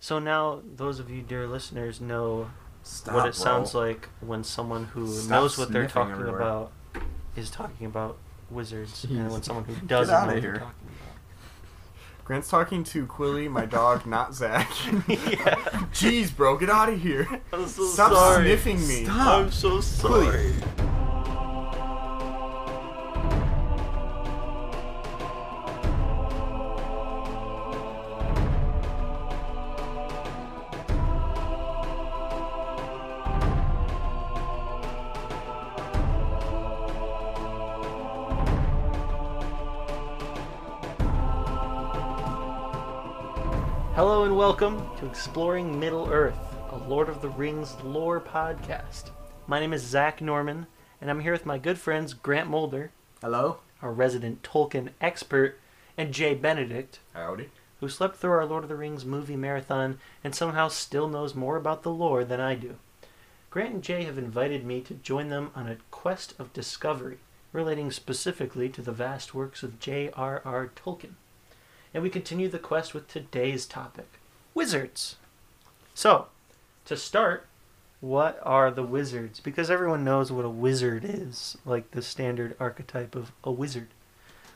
So now those of you dear listeners know Stop, what it bro. sounds like when someone who Stop knows what they're sniffing talking everywhere. about is talking about wizards, and Jeez. when someone who Get doesn't know outta what here. they're talking Grant's talking to Quilly, my dog, not Zach. Yeah. Jeez, bro, get out of here. about. I'm so Stop sorry. sniffing me. Stop. so Quilly. Hello and welcome to Exploring Middle Earth, a Lord of the Rings lore podcast. My name is Zach Norman, and I'm here with my good friends Grant Mulder, Hello? our resident Tolkien expert, and Jay Benedict, Howdy. who slept through our Lord of the Rings movie marathon and somehow still knows more about the lore than I do. Grant and Jay have invited me to join them on a quest of discovery relating specifically to the vast works of J.R.R. Tolkien. And we continue the quest with today's topic wizards. So, to start, what are the wizards? Because everyone knows what a wizard is, like the standard archetype of a wizard.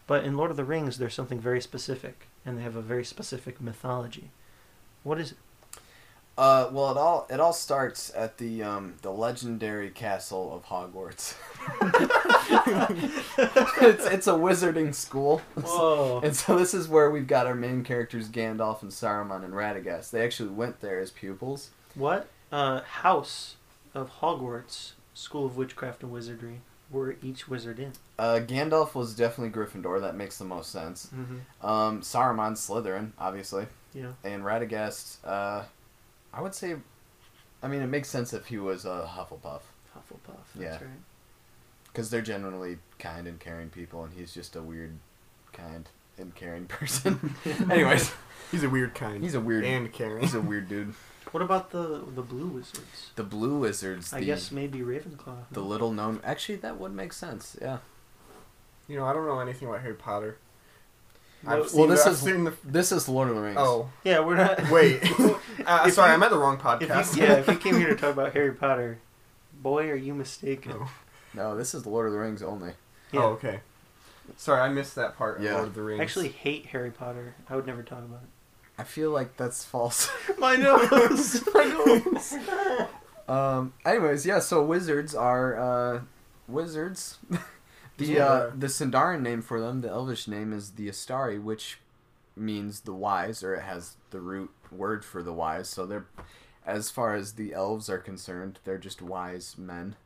But in Lord of the Rings, there's something very specific, and they have a very specific mythology. What is it? Uh, well, it all it all starts at the um, the legendary castle of Hogwarts. it's it's a wizarding school. Whoa. And so this is where we've got our main characters Gandalf and Saruman and Radagast. They actually went there as pupils. What uh, house of Hogwarts, School of Witchcraft and Wizardry, were each wizard in? Uh, Gandalf was definitely Gryffindor. That makes the most sense. Mm-hmm. Um, Saruman Slytherin, obviously, Yeah. and Radagast. Uh, I would say, I mean, it makes sense if he was a Hufflepuff Hufflepuff. Yeah. That's right. because they're generally kind and caring people, and he's just a weird, kind and caring person. Anyways, He's a weird kind. he's a weird. And Karen. He's a weird dude. What about the the blue wizards? The Blue Wizards. The, I guess maybe Ravenclaw. the huh? little known. Actually, that would make sense. Yeah. You know, I don't know anything about Harry Potter. No, I've seen well, this the, is- I've seen the. This is Lord of the Rings. Oh, yeah, we're not. wait. uh, If sorry, you- I'm at the wrong podcast. If you, yeah, if you came here to talk about Harry Potter, boy, are you mistaken. Oh. No, this is Lord of the Rings only. Yeah. Oh, okay. Sorry, I missed that part Yeah. of Lord of the I Rings. actually hate Harry Potter. I would never talk about I feel like that's false. it. My nose. My nose. um. Anyways, yeah. So wizards are uh, wizards. the Yeah. uh, the Sindarin name for them, the Elvish name, is the Astari, which means the wise, or it has the root word for the wise. So they're, as far as the elves are concerned, they're just wise men,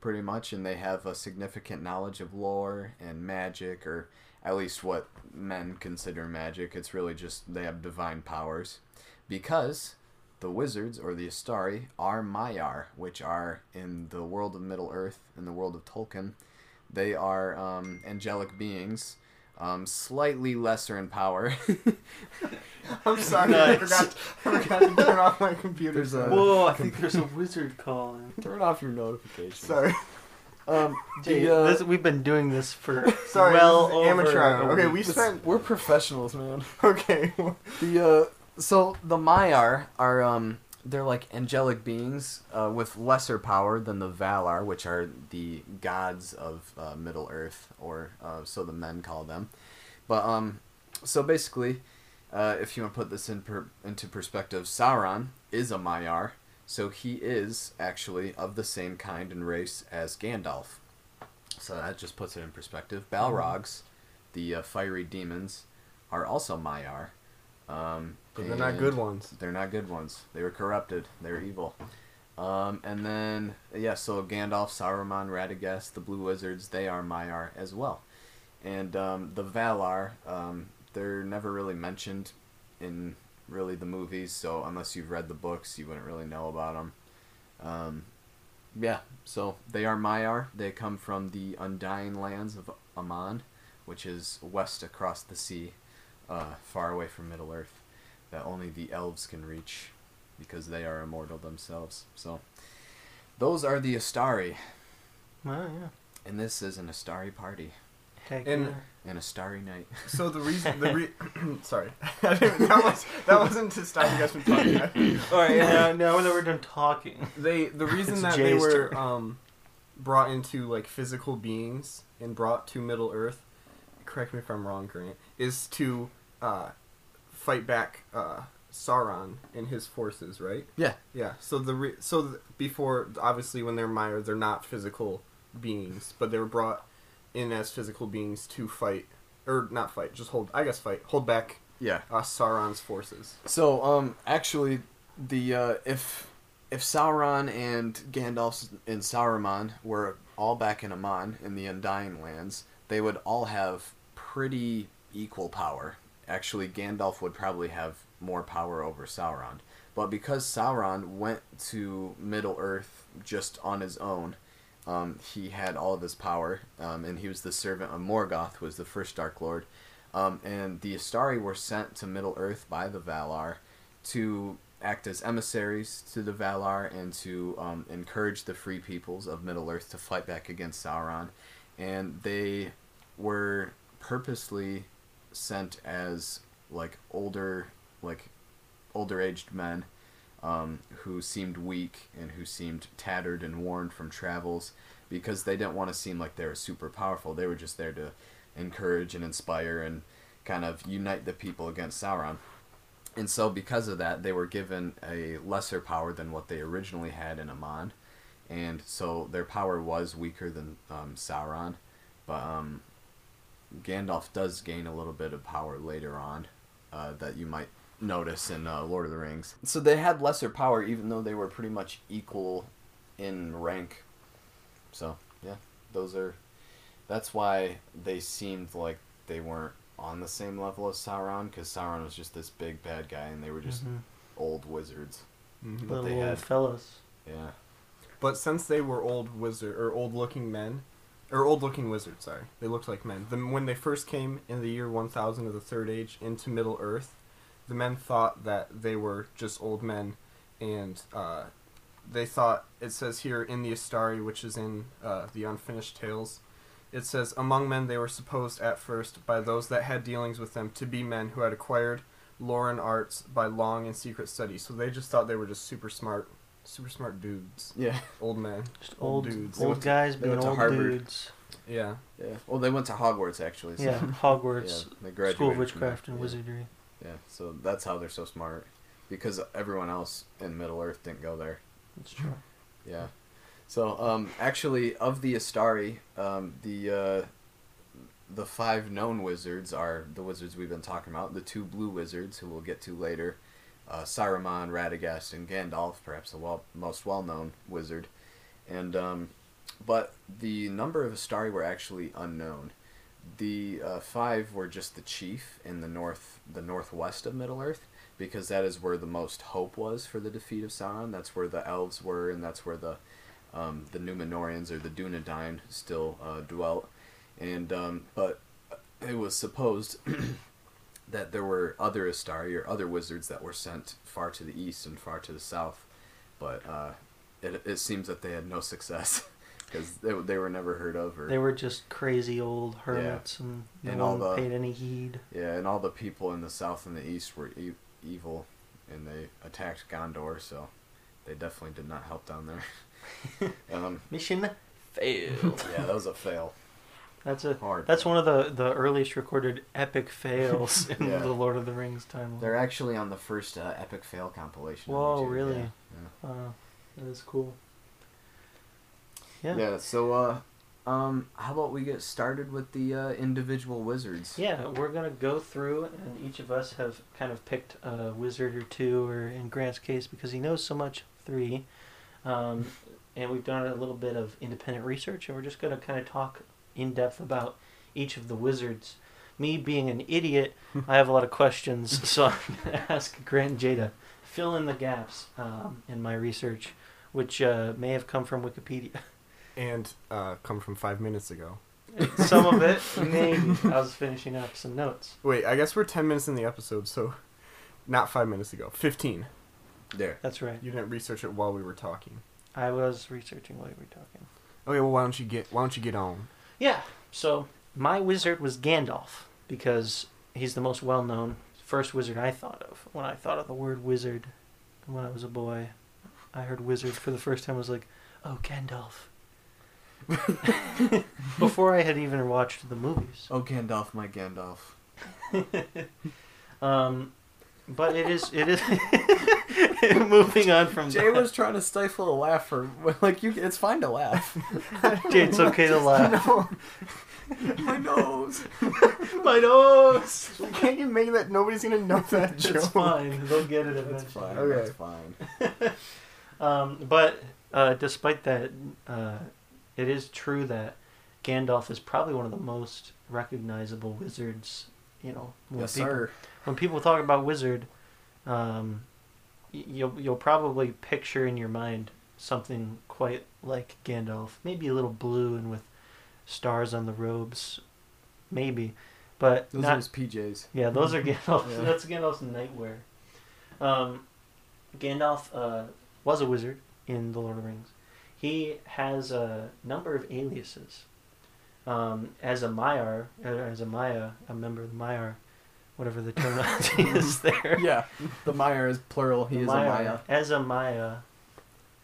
pretty much, and they have a significant knowledge of lore and magic, or at least what men consider magic. It's really just they have divine powers, because the wizards or the Astari are Maiar, which are in the world of Middle Earth, in the world of Tolkien, they are um, angelic beings, um, slightly lesser in power. I'm sorry, I Nice. forgot. I forgot to turn off my computer. There's a- Whoa, I think there's a wizard calling. Turn off your notifications. Sorry, Um, Dude, the, uh, this, we've been doing this for sorry. well this is amateur. over. hour. a Okay, week. we spent. we're professionals, man. Okay, The uh, so the Maiar are um, they're like angelic beings uh, with lesser power than the Valar, which are the gods of uh, Middle Earth, or uh, so the men call them. But um, so basically, uh, if you want to put this in per- into perspective, Sauron is a Maiar, so he is actually of the same kind and race as Gandalf. So that just puts it in perspective. Balrogs, the uh, fiery demons, are also Maiar. Um, but they're not and- good ones. they're not good ones. They were corrupted. They were evil. Um, and then yeah, so Gandalf, Saruman, Radagast, the Blue Wizards, they are Maiar as well. And um, the Valar, um, they're never really mentioned in really the movies. So unless you've read the books, you wouldn't really know about them. Um, yeah, so they are Maiar. They come from the Undying Lands of Aman, which is west across the sea, uh, far away from Middle Earth that only the elves can reach because they are immortal themselves. So those are the Astari, Wow, yeah. and this is an Astari party. Heck And- yeah. and a starry night. So the reason the re- sorry, I didn't, that was that wasn't to stop you guys from talking. I- All right, now, now that we're done talking, They the reason It's that they Jay's were turn. um, brought into like physical beings and brought to Middle Earth, correct me if I'm wrong, Grant, is to uh, fight back uh, Sauron and his forces, right? Yeah. Yeah. So the re- so th- before obviously when they're Maya, they're not physical beings, but they were brought in as physical beings to fight or not fight, just hold. I guess fight, hold back Yeah. uh, Sauron's forces. So, um, actually, the uh, if if Sauron and Gandalf and Saruman were all back in Amon in the Undying Lands, they would all have pretty equal power. Actually, Gandalf would probably have more power over Sauron, but because Sauron went to Middle Earth just on his own. Um, he had all of his power, um, and he was the servant of Morgoth, who was the first Dark Lord. Um, and the Astari were sent to Middle Earth by the Valar to act as emissaries to the Valar and to um, encourage the free peoples of Middle Earth to fight back against Sauron. And they were purposely sent as like older, like older aged men um, who seemed weak and who seemed tattered and worn from travels because they didn't want to seem like they were super powerful. They were just there to encourage and inspire and kind of unite the people against Sauron. And so, because of that, they were given a lesser power than what they originally had in Amon. And so, their power was weaker than um, Sauron. But um, Gandalf does gain a little bit of power later on uh, that you might notice in uh, Lord of the Rings. So, they had lesser power even though they were pretty much equal in rank. So, yeah, those are. That's why they seemed like they weren't on the same level as Sauron because Sauron was just this big bad guy and they were just Mhm. old wizards. Mhm. little they old had- fellows. Yeah. But since they were old wizard or old looking men, or old looking wizards, sorry, they looked like men. The, when they first came in the year 1000 of the Third Age into Middle Earth, the men thought that they were just old men, and uh, they thought it says here in the Astari, which is in uh, the Unfinished Tales. It says, among men they were supposed at first by those that had dealings with them to be men who had acquired lore and arts by long and secret study. So they just thought they were just super smart, super smart dudes Yeah. old man. Just old, Old dudes. They old went to- guys they being went to old Harvard. dudes. Yeah. Yeah. Well, they went to Hogwarts actually. So Yeah, Hogwarts, yeah, they graduated School of from Witchcraft there. and Yeah. Wizardry. Yeah. So that's how they're so smart because everyone else in Middle Earth didn't go there. That's true. Yeah. So um, actually, of the Astari, um, the uh, the five known wizards are the wizards we've been talking about. The two blue wizards, who we'll get to later, uh, Saruman, Radagast, and Gandalf, perhaps the well, most well known wizard. And um, but the number of Astari were actually unknown. The uh, five were just the chief in the north, the northwest of Middle Earth, because that is where the most hope was for the defeat of Sauron. That's where the elves were, and that's where the um, the Numenorians or the Dunedain still uh, dwelt. And um, but it was supposed that there were other Astari or other wizards that were sent far to the east and far to the south, but uh, it it seems that they had no success because they, they were never heard of or They were just crazy old hermits, and no And all one the- paid any heed. Yeah, and all the people in the south and the east were e- evil, and they attacked Gondor, so they definitely did not help down there. um, Mission failed. yeah, that was a fail. That's a Hard. that's one of the the earliest recorded epic fails in Yeah. the Lord of the Rings timeline. They're actually on the first uh, epic fail compilation. on Whoa, YouTube, really? Yeah. Wow, that is cool. Yeah. Yeah. yeah. Yeah, So, uh, um, how about we get started with the uh, individual wizards? we're gonna go through, and each of us have kind of picked a wizard or two, or in Grant's case, because he knows so much, three. Um, and we've done a little bit of independent research, and we're just gonna kind of talk in depth about each of the wizards. Me being an idiot, I have a lot of questions, so I'm gonna ask Grant and Jada fill in the gaps um, in my research, which uh, may have come from Wikipedia. And uh, come from five minutes ago. Some of it, maybe. I was finishing up some notes. Wait, I guess we're ten minutes in the episode, so not five minutes ago. Fifteen. There. That's right. You didn't research it while we were talking. I was researching while you were talking. Okay, well why don't you get why don't you get on? Yeah. So My wizard was Gandalf because he's the most well known first wizard I thought of. When I thought of the word wizard when I was a boy, I heard wizard for the first time. I was like, oh, Gandalf. Before I had even watched the movies. Oh, Gandalf, my Gandalf. Um, but it is, it is, moving on from Jay that. was trying to stifle a laugh for like you. It's fine to laugh. Jay, it's okay to laugh. my nose. My nose! Can't you make that? Nobody's gonna know that joke. It's fine. They'll get it eventually. That's fine. Okay. That's fine. Um, but uh, despite that, uh, it is true that Gandalf is probably one of the most recognizable wizards. You know, when, Yes, people, sir. when people talk about wizard, um, y- you'll you'll probably picture in your mind something quite like Gandalf, maybe a little blue and with stars on the robes, maybe, but Those not are his PJs. yeah, those are Gandalf. Mm-hmm. Yeah. That's Gandalf's nightwear. Um, Gandalf uh, was a wizard in The Lord of the Rings. He has a number of aliases. Um, as a Maiar, uh, as a Maya, a member of the Maiar, whatever the terminology is there. Yeah, the Meyer is plural. He The is Maiar- a Maya. As a Maya,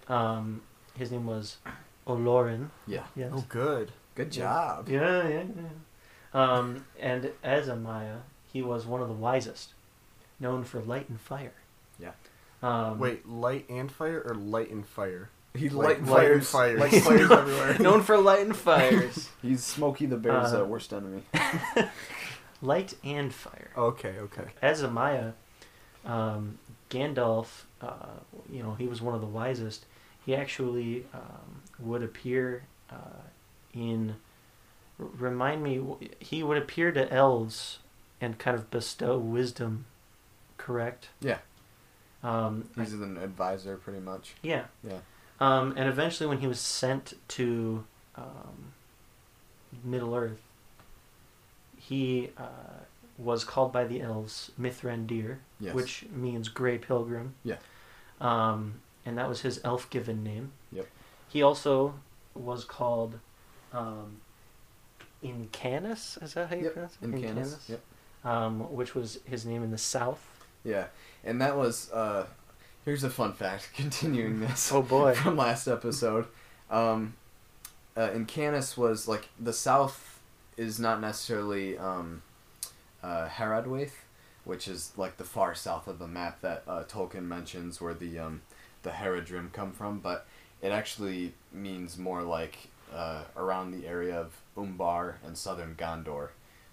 um, his name was Olorin. Yeah. Yes. Oh, good. Good Yeah. job. Yeah, yeah, yeah. Um, and as a Maya, he was one of the wisest, known for light and fire. Yeah. Um, Wait, light and fire or light and fire? He Like light light and fires. fires. Light fires everywhere. known for light and fires. He's Smokey the Bear's Uh, uh, worst enemy. light and fire. Okay, okay. As a Maya, um, Gandalf, uh, you know, he was one of the wisest. He actually um, would appear uh, in. r- Remind me, w- he would appear to elves and kind of bestow wisdom, correct? Yeah. Um, He's an advisor, pretty much. Yeah. Yeah. Um, and eventually, when he was sent to um, Middle Earth, he uh, was called by the elves Mithrandir, Yes. which means Grey Pilgrim. Yeah. Um, and that was his elf given name. Yep. He also was called um, Incanus. Is that how you Yep, pronounce it? in Canis. Yep. Um, which was his name in the South. Yeah, and that was. Uh, here's a fun fact. Continuing this. Oh, boy. from last episode, um, uh, in Canis was like the South is not necessarily um, uh, Haradwaith, which is like the far south of the map that uh, Tolkien mentions where the um, the Haradrim come from, but it actually means more like uh, around the area of Umbar and southern Gondor.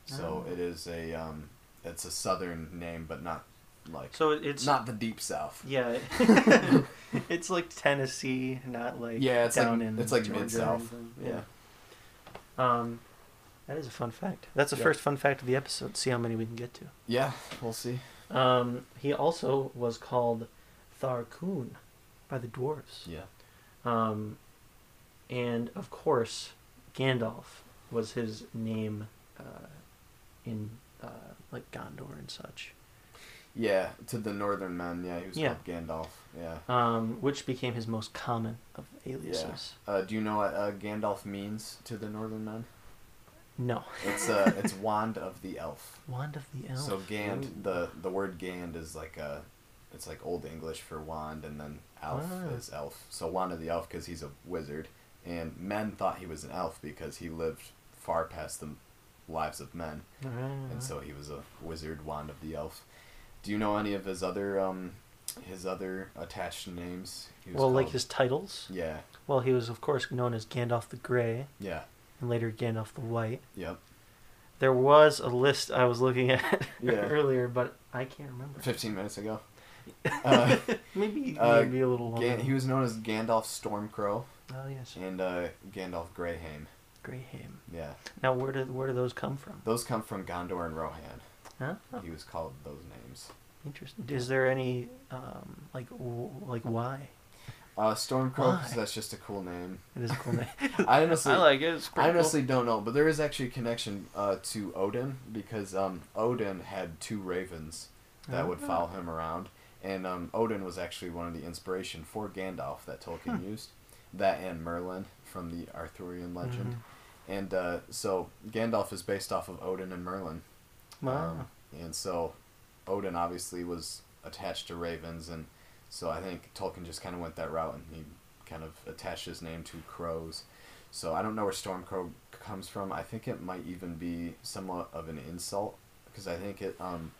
So Oh. it is a um, it's a southern name, but not like So it's not the deep south. Yeah, it's like Tennessee, not like Yeah, it's down like- in it's like Georgia or mid-south. anything. Yeah. Um, that is a fun fact. That's the Yeah. first fun fact of the episode. See how many we can get to. Yeah, we'll see. Um, he also was called Tharkoon by the dwarves. Yeah. Um, and of course, Gandalf was his name uh, in uh, like Gondor and such. Yeah, to the northern men. Yeah, he was Yeah. called Gandalf. Yeah. Um, which became his most common of aliases. Uh, do you know what uh, Gandalf means to the northern men? No. It's uh, it's wand of the elf. Wand of the Elf. So Gand, Ooh. the the word Gand is like a, it's like Old English for wand, and then elf Ah. is elf. So wand of the elf because he's a wizard, and men thought he was an elf because he lived far past the lives of men, Ah. Mm-hmm. and so he was a wizard wand of the elf. Do you know any of his other um, his other attached names? He was well, like called- his titles. Yeah, Well, he was of course known as Gandalf the Grey yeah, and later Gandalf the White. yep. There was a list I was looking at Yeah. earlier, but I can't remember. 15 minutes ago. Uh, Maybe Uh, maybe a little longer. Gan- he was known as Gandalf Stormcrow oh yes, and uh, Gandalf Greyhame. Greyhame. Yeah. Now, where do where do those come from? Those come from Gondor and Rohan. Huh? Oh, He was called those names. Interesting. Is there any um, like w- like why? Uh, Stormcrow, 'cause Why? that's just a cool name. It is a cool name. I honestly, I, like it. It's pretty cool. honestly don't know, but there is actually a connection uh, to Odin because um, Odin had two ravens that would Ah. follow him around, and um, Odin was actually one of the inspiration Hmm. for Gandalf that Tolkien used. That and Merlin from the Arthurian legend. Mhm. And uh, so Gandalf is based off of Odin and Merlin. Wow. Um, and so Odin obviously was attached to ravens, and so I think Tolkien just kind of went that route, and he kind of attached his name to crows. So I don't know where Stormcrow comes from. I think it might even be somewhat of an insult because I think it. Um,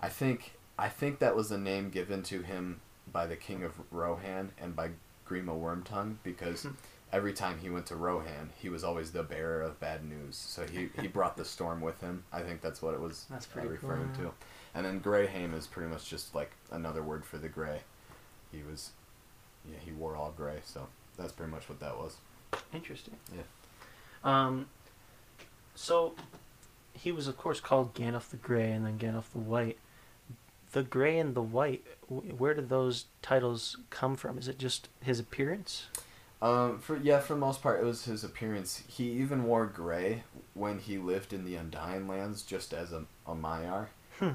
I think I think that was the name given to him by the King of Rohan and by Grima Wormtongue because Hmm. every time he went to Rohan, he was always the bearer of bad news. So he, he brought the storm with him. I think that's what it was That's uh, pretty cool, referring yeah. to. And then Greyhame is pretty much just like another word for the gray. He was, yeah, he wore all gray. So that's pretty much what that was. Interesting. Yeah. Um, so he was, of course, called Gandalf the Grey and then Gandalf the White. The Grey and the White, wh- where did those titles come from? Is it just his appearance? Um, for yeah, for the most part, it was his appearance. He even wore gray when he lived in the Undying Lands, just as a, a Maiar.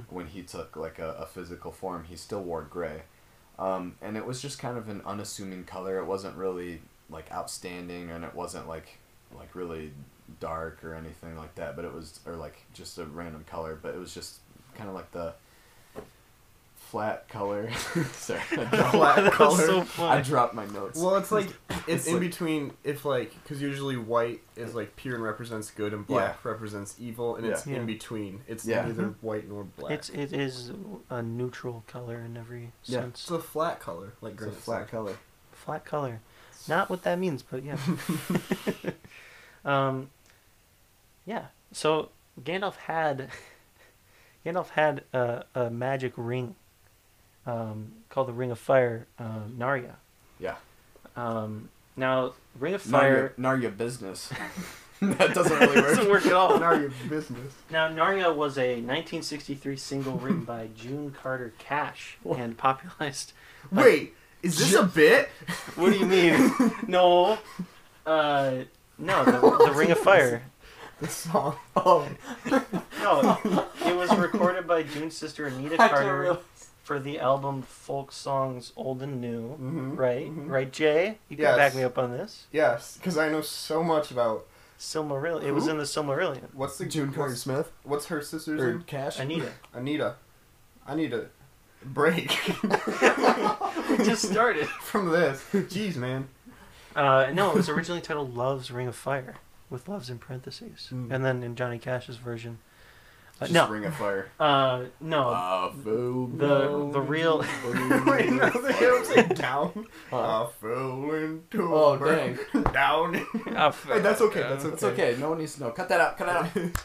When he took like a, a physical form, he still wore gray, um, and it was just kind of an unassuming color. It wasn't really like outstanding, and it wasn't like like really dark or anything like that. But it was or like just a random color. But it was just kind of like the flat color. Sorry, I dropped, Flat That was color. so I funny. dropped my notes. Well, it's like it's, It's in like- between. If like, because usually white is like pure and represents good, and black represents evil, and it's Yeah. in between. It's Yeah. neither white nor black. It's It's, it is a neutral color in every Yeah. sense. a flat color, like It's a Grant flat said. color. Flat color, not what that means, but yeah. um, yeah. So Gandalf had Gandalf had a, a magic ring um, called the Ring of Fire, uh, Narya. Yeah. Um, now, Ring of Fire Narya, Narya business. that doesn't really work. doesn't work at all. Now your business. Now, Narnia was a 1963 single written by June Carter Cash and popularized. Wait, is this a bit? What do you mean? no. Uh, no, the, the Ring of Fire. The song. Oh, No, it was recorded by June's sister Anita I didn't Carter realize. for the album Folk Songs Old and New. Mhm, Mm-hmm. Right? mhm. Right, Jay? You can Yes. back me up on this. yes, because I know so much about Silmarillion. It was Who? in the Silmarillion. what's the June Carter what's, Smith what's her sister's or name? Cash? Anita. Anita. I need a break We just started. from this. Jeez, man. Uh, no, it was originally titled Love's Ring of Fire, with loves in parentheses. Mm. And then in Johnny Cash's version. Uh, Just no. Ring of Fire. Uh, no. Uh, food. the the real. Wait, no, they don't say down. Huh? I fell into Oh, a burn. down. Uh, Hey, that's okay. That's okay. It's okay. No one needs to know. Cut that out. Cut that out.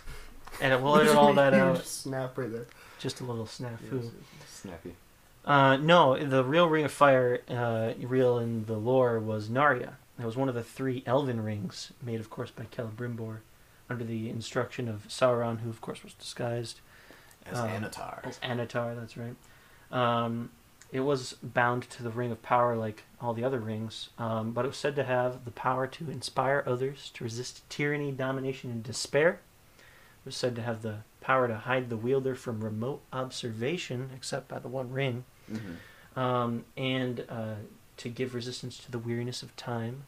And we'll edit all that out. Snap right there. Just a little snafu. Snappy. Uh, no, the real Ring of Fire, uh, real in the lore, was Narya. It was one of the three Elven rings, made, of course, by Celebrimbor, under the instruction of Sauron, who, of course, was disguised As Um, Anatar. as Anatar, that's right. Um, it was bound to the Ring of Power like all the other rings, um, but it was said to have the power to inspire others, to resist tyranny, domination, and despair. It was said to have the power to hide the wielder from remote observation, except by the One Ring Mhm. um, and uh, to give resistance to the weariness of time,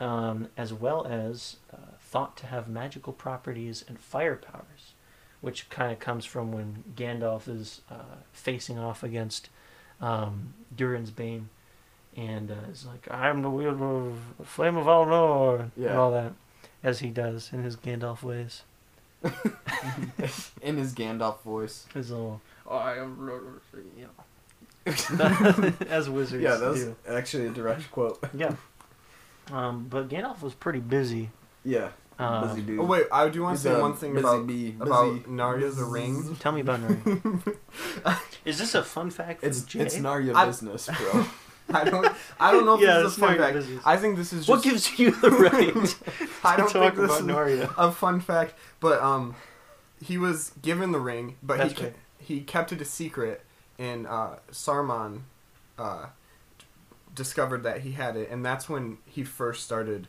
um, as well as uh, thought to have magical properties and fire powers, which kind of comes from when Gandalf is uh, facing off against um, Durin's Bane, and uh, is like, "I'm the wielder of the flame of Alnor," Yeah. and all that, as he does in his Gandalf ways, In his Gandalf voice. his little, I am. Yeah. as wizards Yeah, that was do. actually a direct quote. Yeah. Um, but Gandalf was pretty busy. Yeah. Um, busy dude. Oh wait, I do want to He's uh, say a one thing busy about bee, about busy- Narya the ring. Tell me about Narnia. Is this a fun fact from It's Jay? it's Narya I- business, bro. I don't. I don't know if Yeah, this it's is a fun Narya fact. business. I think this is just. what gives you the right I to don't talk think this about is Narnia? a fun fact, but um, he was given the ring, but That's he ke- right. he kept it a secret, and uh, Saruman uh, d- discovered that he had it, and that's when he first started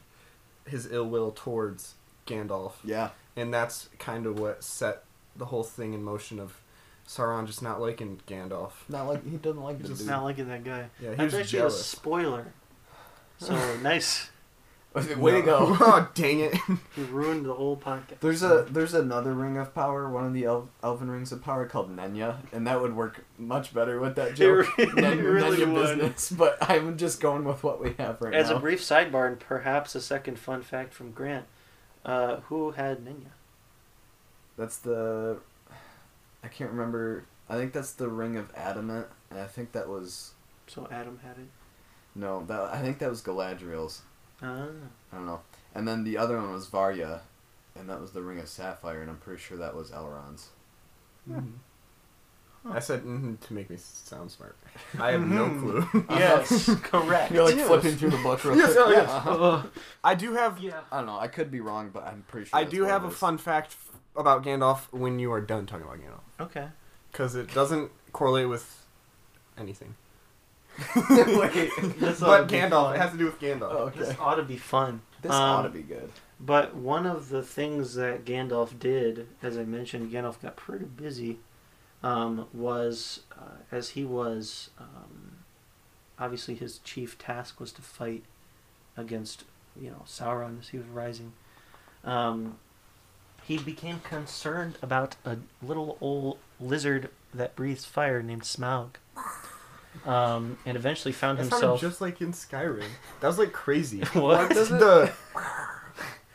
his ill will towards Gandalf, yeah. and that's kind of what set the whole thing in motion of Sauron just not liking Gandalf. Not like he doesn't like He's the just dude. Not liking that guy. Yeah, he That's was actually a jealous. spoiler. So nice. Way to go. oh, dang it. You ruined the whole podcast. There's a there's another ring of power, one of the el- elven rings of power called Nenya, and that would work much better with that joke. really- it really Nenya would. business, but I'm just going with what we have right As now. a brief sidebar and perhaps a second fun fact from Grant, uh, who had Ninja? that's the I can't remember. I think that's the ring of adamant, and I think that was So Adam had it. no, that I think that was Galadriel's. Ah, I don't know. And then the other one was Varya, and that was the ring of sapphire, and I'm pretty sure that was Elrond's. Hmm. I said mm to make me sound smart. Hmm. I have no Mhm. clue. yes, correct. You're like Yes. flipping through the book real Yes, quick. oh, yes. uh-huh. Uh, I do have yeah. I don't know. I could be wrong, but I'm pretty sure. I that's do what have it a is. fun fact f- about Gandalf when you are done talking about Gandalf Okay. because it doesn't correlate with anything. Wait, This ought but to be Gandalf, fun. it has to do with Gandalf. Oh, okay. This ought to be fun. this Um, ought to be good. But one of the things that Gandalf did, as I mentioned, Gandalf got pretty busy, um, was uh, as he was, um, obviously his chief task was to fight against, you know, Sauron as he was rising. Um, he became concerned about a little old lizard that breathes fire named Smaug. Um, and eventually found That sounded himself. just like in Skyrim. That was like crazy. What? Does the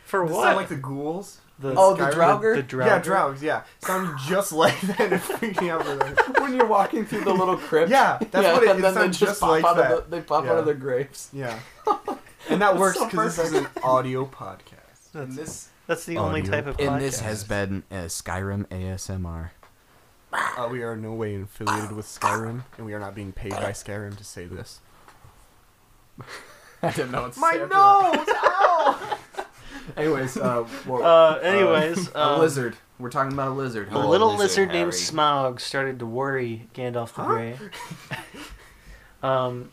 For does it what? sound like the ghouls? the, Oh, the Skyrim- Draugr? the Yeah, Draugr? Draugs. Yeah, sounded just like that. It freaked me out for that. when you're walking through the little crypt. Yeah, that's what it, and it then they sounds just, just pop like out that. of the, they pop out Yeah. of their graves. Yeah, and that works so because this is an audio podcast. And this, That's the only type of podcast. been uh, Skyrim ASMR. Uh, we are in no way affiliated with Skyrim, and we are not being paid by Skyrim to say this. I didn't know it's My nose! Ow! Anyways, uh, well, Uh, anyways, a um, lizard. We're talking about a lizard. A little lizard, named Smaug started to worry Gandalf the Huh? Grey. um,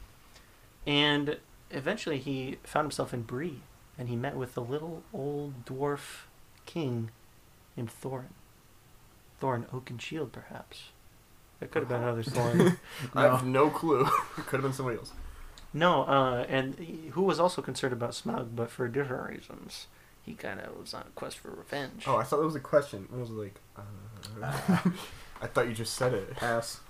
and eventually he found himself in Bree, and he met with the little old dwarf king named Thorin. Thorin Oakenshield, perhaps. That could have been another Thorin. I have no clue. Could have been somebody else. no, uh, and he- who was also concerned about Smaug, but for different reasons. He kind of was on a quest for revenge. Oh, I thought that was a question. I was like, uh, I thought you just said it. Ass.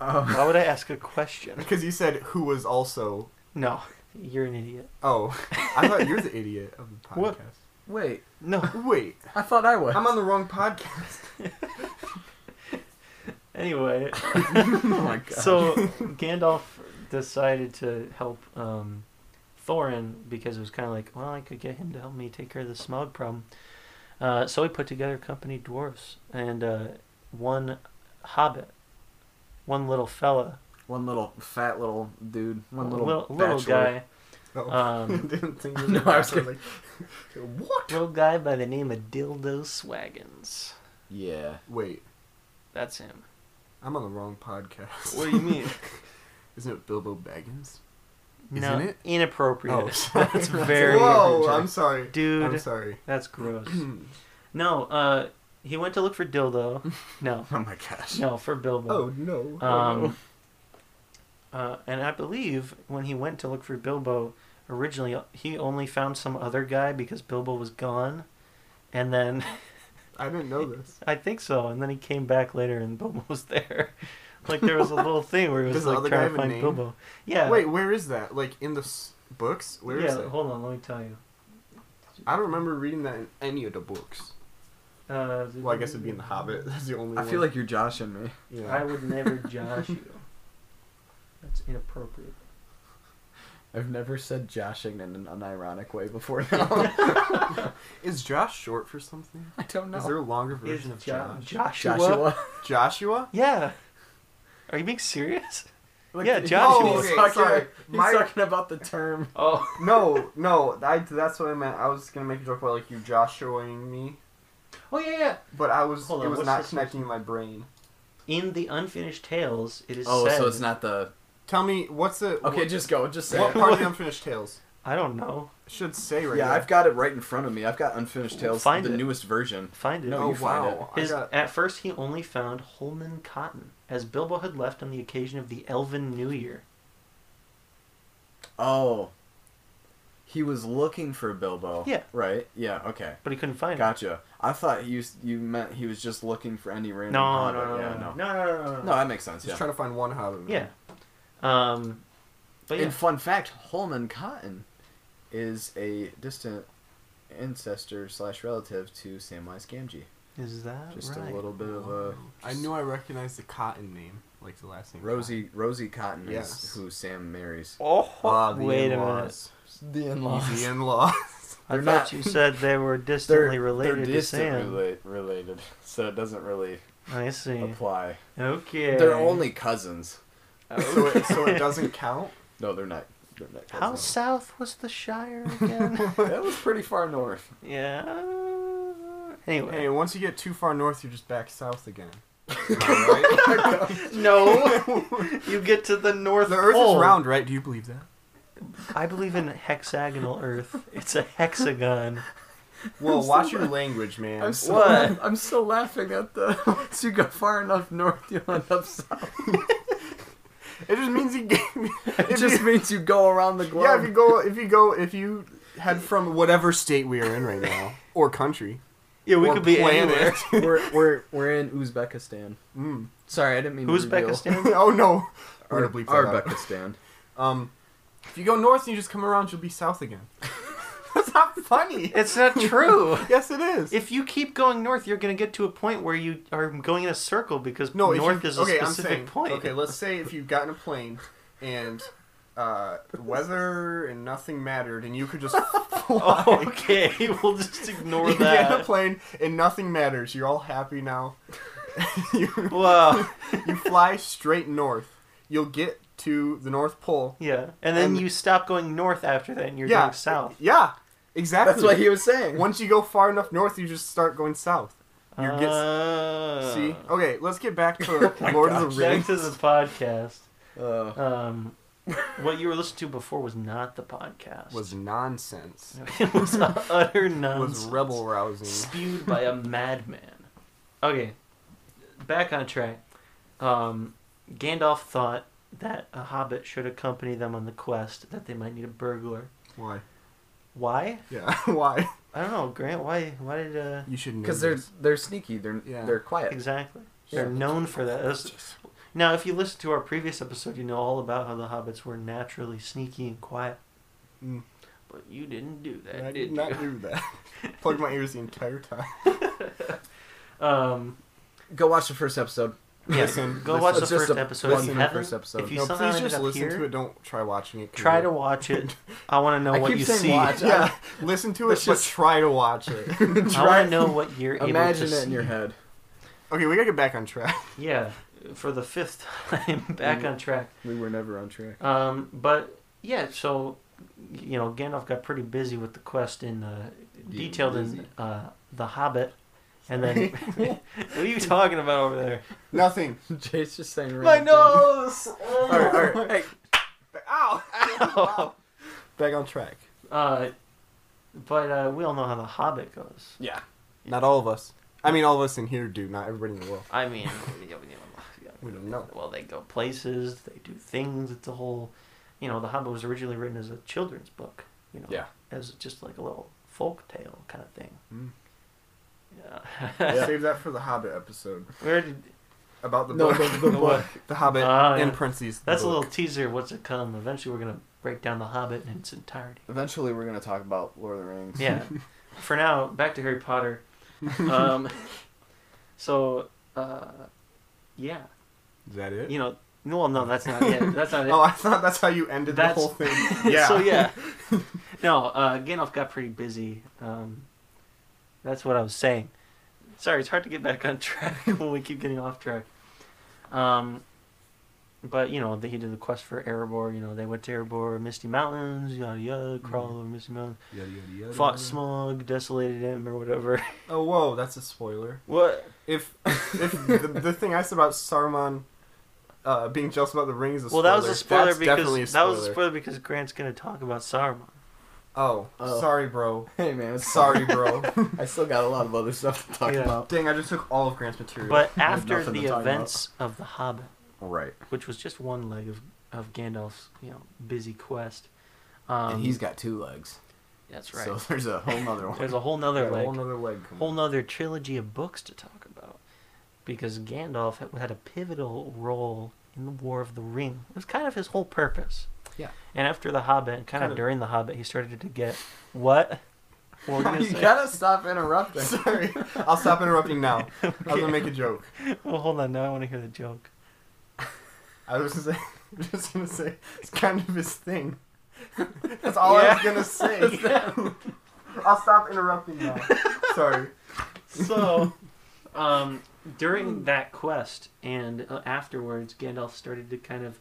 Um, Why would I ask a question? Because you said who was also. No, you're an idiot. Oh, I thought you're the idiot of the podcast. What? wait, No. Wait, I thought I was. I'm on the wrong podcast. Anyway, oh my god. so Gandalf decided to help um, Thorin because it was kind of like, well, I could get him to help me take care of the smog problem. Uh, so he put together a company of dwarves and uh, one hobbit, one little fella, one little fat little dude, one little little, bachelor. guy, No, Um, Oh, didn't think. no, I was like, what? little guy by the name of Dildo Swaggins. Yeah. Wait, That's him. I'm on the wrong podcast. What do you mean? Isn't it Bilbo Baggins? no, Isn't it? inappropriate. Oh, that's very. Whoa, inappropriate. I'm sorry, Dude. I'm sorry. That's gross. no, uh, he went to look for Dildo. No, Oh my gosh. no, for Bilbo. Oh no. um, uh, and I believe when he went to look for Bilbo, originally uh, he only found some other guy because Bilbo was gone. And then I didn't know this. I think so. And then he came back later, and Bilbo was there. Like there was a little thing where he was Does the like other trying guy to have a find name? Bilbo. Yeah. Wait, where is that? Like in the s- books? Where is yeah. it? Hold on. Let me tell you. I don't remember reading that in any of the books. Uh, Well, I guess it'd be in The Hobbit. That's the only. I one. feel like you're joshing me. Yeah. I would never josh you. That's inappropriate. I've never said joshing in an unironic way before now. Is Josh short for something? I don't Is there a longer Is version of Jo- Josh? Joshua. Joshua. Joshua? Yeah. Are you being serious? Like, Yeah, he- Joshua. He's, Okay, talking, sorry. Oh, he's My- talking about the term. Oh. No, no. I, that's what I meant. I was gonna make a joke about like you Joshuaing me, Oh yeah, yeah. but I was Hold on, it was what's not this connecting in my brain. In the unfinished tales, it is Oh, said. so it's not the. Tell me what's the Okay, what, just go. Just say. what it. part of the unfinished tales I don't know. It should say right. Yeah, there. I've got it right in front of me. I've got Unfinished Well, Tales, find the it. newest version. Find it. No, Oh you find wow! I His- got, at first, he only found Holman Cotton, as Bilbo had left on the occasion of the Elven New Year. Oh. he was looking for Bilbo. Yeah. Right. Yeah. Okay. but he couldn't find him. Gotcha. I thought you you meant he was just looking for any random. No, hobbit. no, no, yeah, no, no, no, no, no, no, No, that makes sense. Just Yeah. trying to find one hobbit. Yeah. Um, but yeah, And fun fact: Holman Cotton is a distant ancestor slash relative to Samwise Gamgee. is that Just right? a little bit of a. I knew I recognized the Cotton name, like the last name. Rosie Rosie Cotton Yes. is who Sam marries. Oh, Ah, the wait a minute. in-laws. The The in-laws. I They're thought not- you said they were distantly related to Sam. related, so it doesn't really I see. apply. Okay. They're only cousins. Oh, so, it, so it doesn't count. No, they're not. They're not How cousins. south was the Shire again? that was pretty far north. yeah. Hey, Anyway. once you get too far north, you're just back south again. Am I right? No. you get to the North the Earth Pole. is round, right? Do you believe that? I believe in hexagonal Earth. It's a hexagon. Well, watch your language, man. I'm still, What? I'm still laughing at the. Once you go far enough north, you end up south. It just means you gave me. It just means you go around the globe. Yeah, if you go, if you go, if you head from whatever state we are in right now or country, Yeah, we or could be anywhere. planet. we're, we're, we're in Uzbekistan. Mm. Sorry, I didn't mean Uzbekistan? oh no, to We're reveal. gonna bleep Ar- that out. Arbekistan. Um, if you go north and you just come around, you'll be south again. That's not funny. It's not true. yes, it is. If you keep going north, you're going to get to a point where you are going in a circle because no, if north you, is a okay, specific I'm saying, point. Okay, let's say if you got in a plane and uh, weather and nothing mattered, and you could just fly. Oh, okay, we'll just ignore you get in a that. plane and nothing matters. You're all happy now. you, Wow. you fly straight north. You'll get to the North Pole. Yeah, and then And- you stop going north after that, and you're going south. Yeah, exactly. That's what he was saying. Once you go far enough north, you just start going south. You get Uh, see. Oh, Okay, let's get back to Lord of the Back Rings. to the podcast. Uh, Um, what you were listening to before was not the podcast. Was nonsense. it was utter nonsense. Was rebel rousing. spewed by a madman. Okay, back on track. Um, Gandalf thought that a hobbit should accompany them on the quest that they might need a burglar. Why? Why? Yeah. Why? I don't know, Grant. Why? Why did uh? You should. know Because they're this. they're sneaky. They're Yeah. they're quiet. Exactly. They're Yeah. known for that. That's- Now, if you listen to our previous episode, you know all about how the hobbits were naturally sneaky and quiet. Mm. But you didn't do that, I did did not you? do that. Plugged my ears the entire time. Um, Go watch the first episode. yes, Listen, go listen. watch the It's just first a- episode. If listen you to the haven't, first episode. if you no, somehow please ended just up listen here, to it. Don't try watching it. 'cause try you'll- to watch it. I want to know I what keep you saying see. watch. Yeah, listen to it, Let's but just- try to watch it. I want to know what you're Imagine able to it in your see. head. Okay, we gotta get back on track. Yeah, for the fifth time, back Mm. on track. We were never on track. Um, but yeah, so you know, Gandalf got pretty busy with the quest in uh, Yeah, detailed in busy. uh, the Hobbit, and then what are you talking about over there? Nothing. Jay's just saying. My random nose. things. All right, all right. Hey, Ow! Back on track. Uh, but uh, we all know how the Hobbit goes. yeah. Not all of us. I mean, all of us in here do. Not everybody in the world. I mean, We don't know. Well, they go places, they do things. It's a whole, you know, The Hobbit was originally written as a children's book, you know, Yeah. as just like a little folk tale kind of thing. Mm. Yeah. Save that for the Hobbit episode Where did about the No, book. the- the book. The Hobbit Ah, in yeah. parentheses. the that's a book. little teaser. of What's to come? Eventually, we're gonna break down The Hobbit in its entirety. Eventually, we're gonna talk about Lord of the Rings. Yeah. For now, back to Harry Potter. Um, so, uh, yeah, Is that it? you know, no, well, no, that's not it. That's not it. Oh, I thought that's how you ended That's- the whole thing. Yeah. so yeah. No, uh, Gandalf got pretty busy. Um, that's what I was saying. Sorry, it's hard to get back on track when we keep getting off track. Um, but you know, that he did the quest for Erebor. You know, they went to Erebor, Misty Mountains, yada yada, crawl over Misty Mountains, Yada, yada, Mm-hmm. yada. fought Smog, desolated him, or whatever. Oh, whoa, that's a spoiler. What? If if the, the thing I said about Saruman uh, being jealous about the ring is a Well, spoiler. that was a spoiler that's because definitely a that spoiler. was a spoiler because Grant's gonna talk about Saruman. Oh, Oh. sorry, bro. Hey man, it's Sorry, bro. I still got a lot of other stuff to talk Yeah. about. Dang, I just took all of Grant's material. But after nothing to the talk about. events of the Hobbit. Right. which was just one leg of, of Gandalf's you know busy quest. Um, and he's got two legs. that's right. So there's a whole nother one. There's a whole nother Yeah, leg, whole nother leg. Come whole nother trilogy of books to talk about, because Gandalf had- had a pivotal role in the War of the Ring. It was kind of his whole purpose. Yeah. And after the Hobbit, and kind, Kind of of- during the Hobbit, he started to get what? What were we gonna you say? gotta stop interrupting. Sorry, I'll stop interrupting now. I was gonna make a joke. Well, hold on. Now I want to hear the joke. I was gonna say, just gonna say, it's kind of his thing. That's all I was Yeah. gonna say. I'll stop interrupting now. Sorry. So, um, during that quest and uh, afterwards, Gandalf started to kind of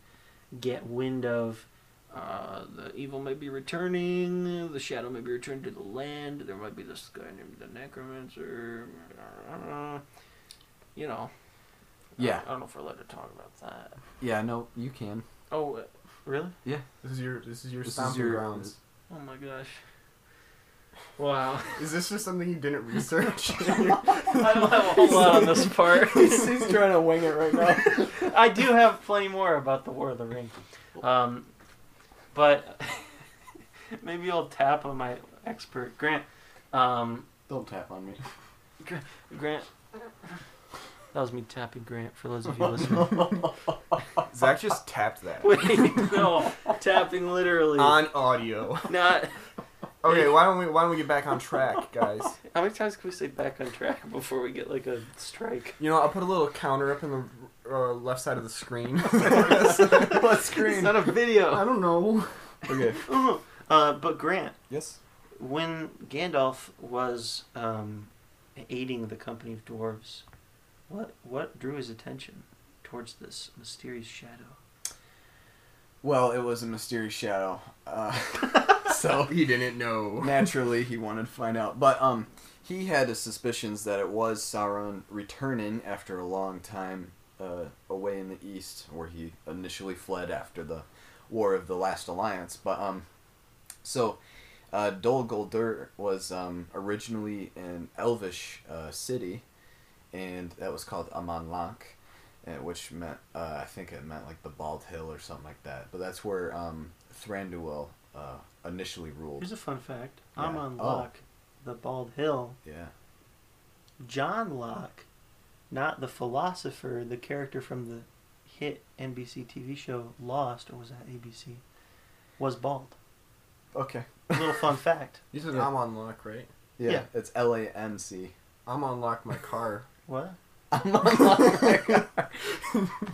get wind of Uh, the evil may be returning. The shadow may be returned to the land. There might be this guy named the Necromancer. uh, You know. Yeah. I, don't know if we're allowed to talk about that. yeah, no, you can. Oh, uh, really. This is your this is your This is stomping your- grounds. oh my gosh. Wow. Is this just something you didn't research? I don't have a whole lot on this part. he's, he's trying to wing it right now. I do have plenty more about the War of the Ring, um, but maybe I'll tap on my expert Grant. Um, Don't tap on me. Grant, that was me tapping Grant for those of you listening. Zach just tapped that Wait, no, tapping literally, on audio. not. Okay, why don't we why don't we get back on track, guys? How many times can we say back on track before we get like a strike? You know, I'll put a little counter up in the uh, left side of the screen. what It's screen? not a video. I don't know. Okay. Uh, but Grant, Yes. when Gandalf was um, aiding the company of dwarves, what what drew his attention towards this mysterious shadow? Well, it was a mysterious shadow. Uh, so He didn't know. naturally he wanted to find out but um he had his suspicions that it was sauron returning after a long time uh, away in the east where he initially fled after the war of the last alliance but um so uh, Dol Guldur was um, originally an elvish uh, city, and that was called Amanlank, uh, which meant uh, I think it meant like the bald hill or something like that. But that's where um, Thranduil uh, initially ruled. Here's a fun fact: Yeah. I'm on Oh. Locke, the Bald Hill, Yeah. John Locke, not the philosopher, the character from the hit NBC TV show Lost, or was that ABC? Was bald. Okay. Little fun fact. You said Yeah. I'm on lock, right? Yeah, Yeah. it's L A N C. I'm on lock my car. What? I'm on Lonk.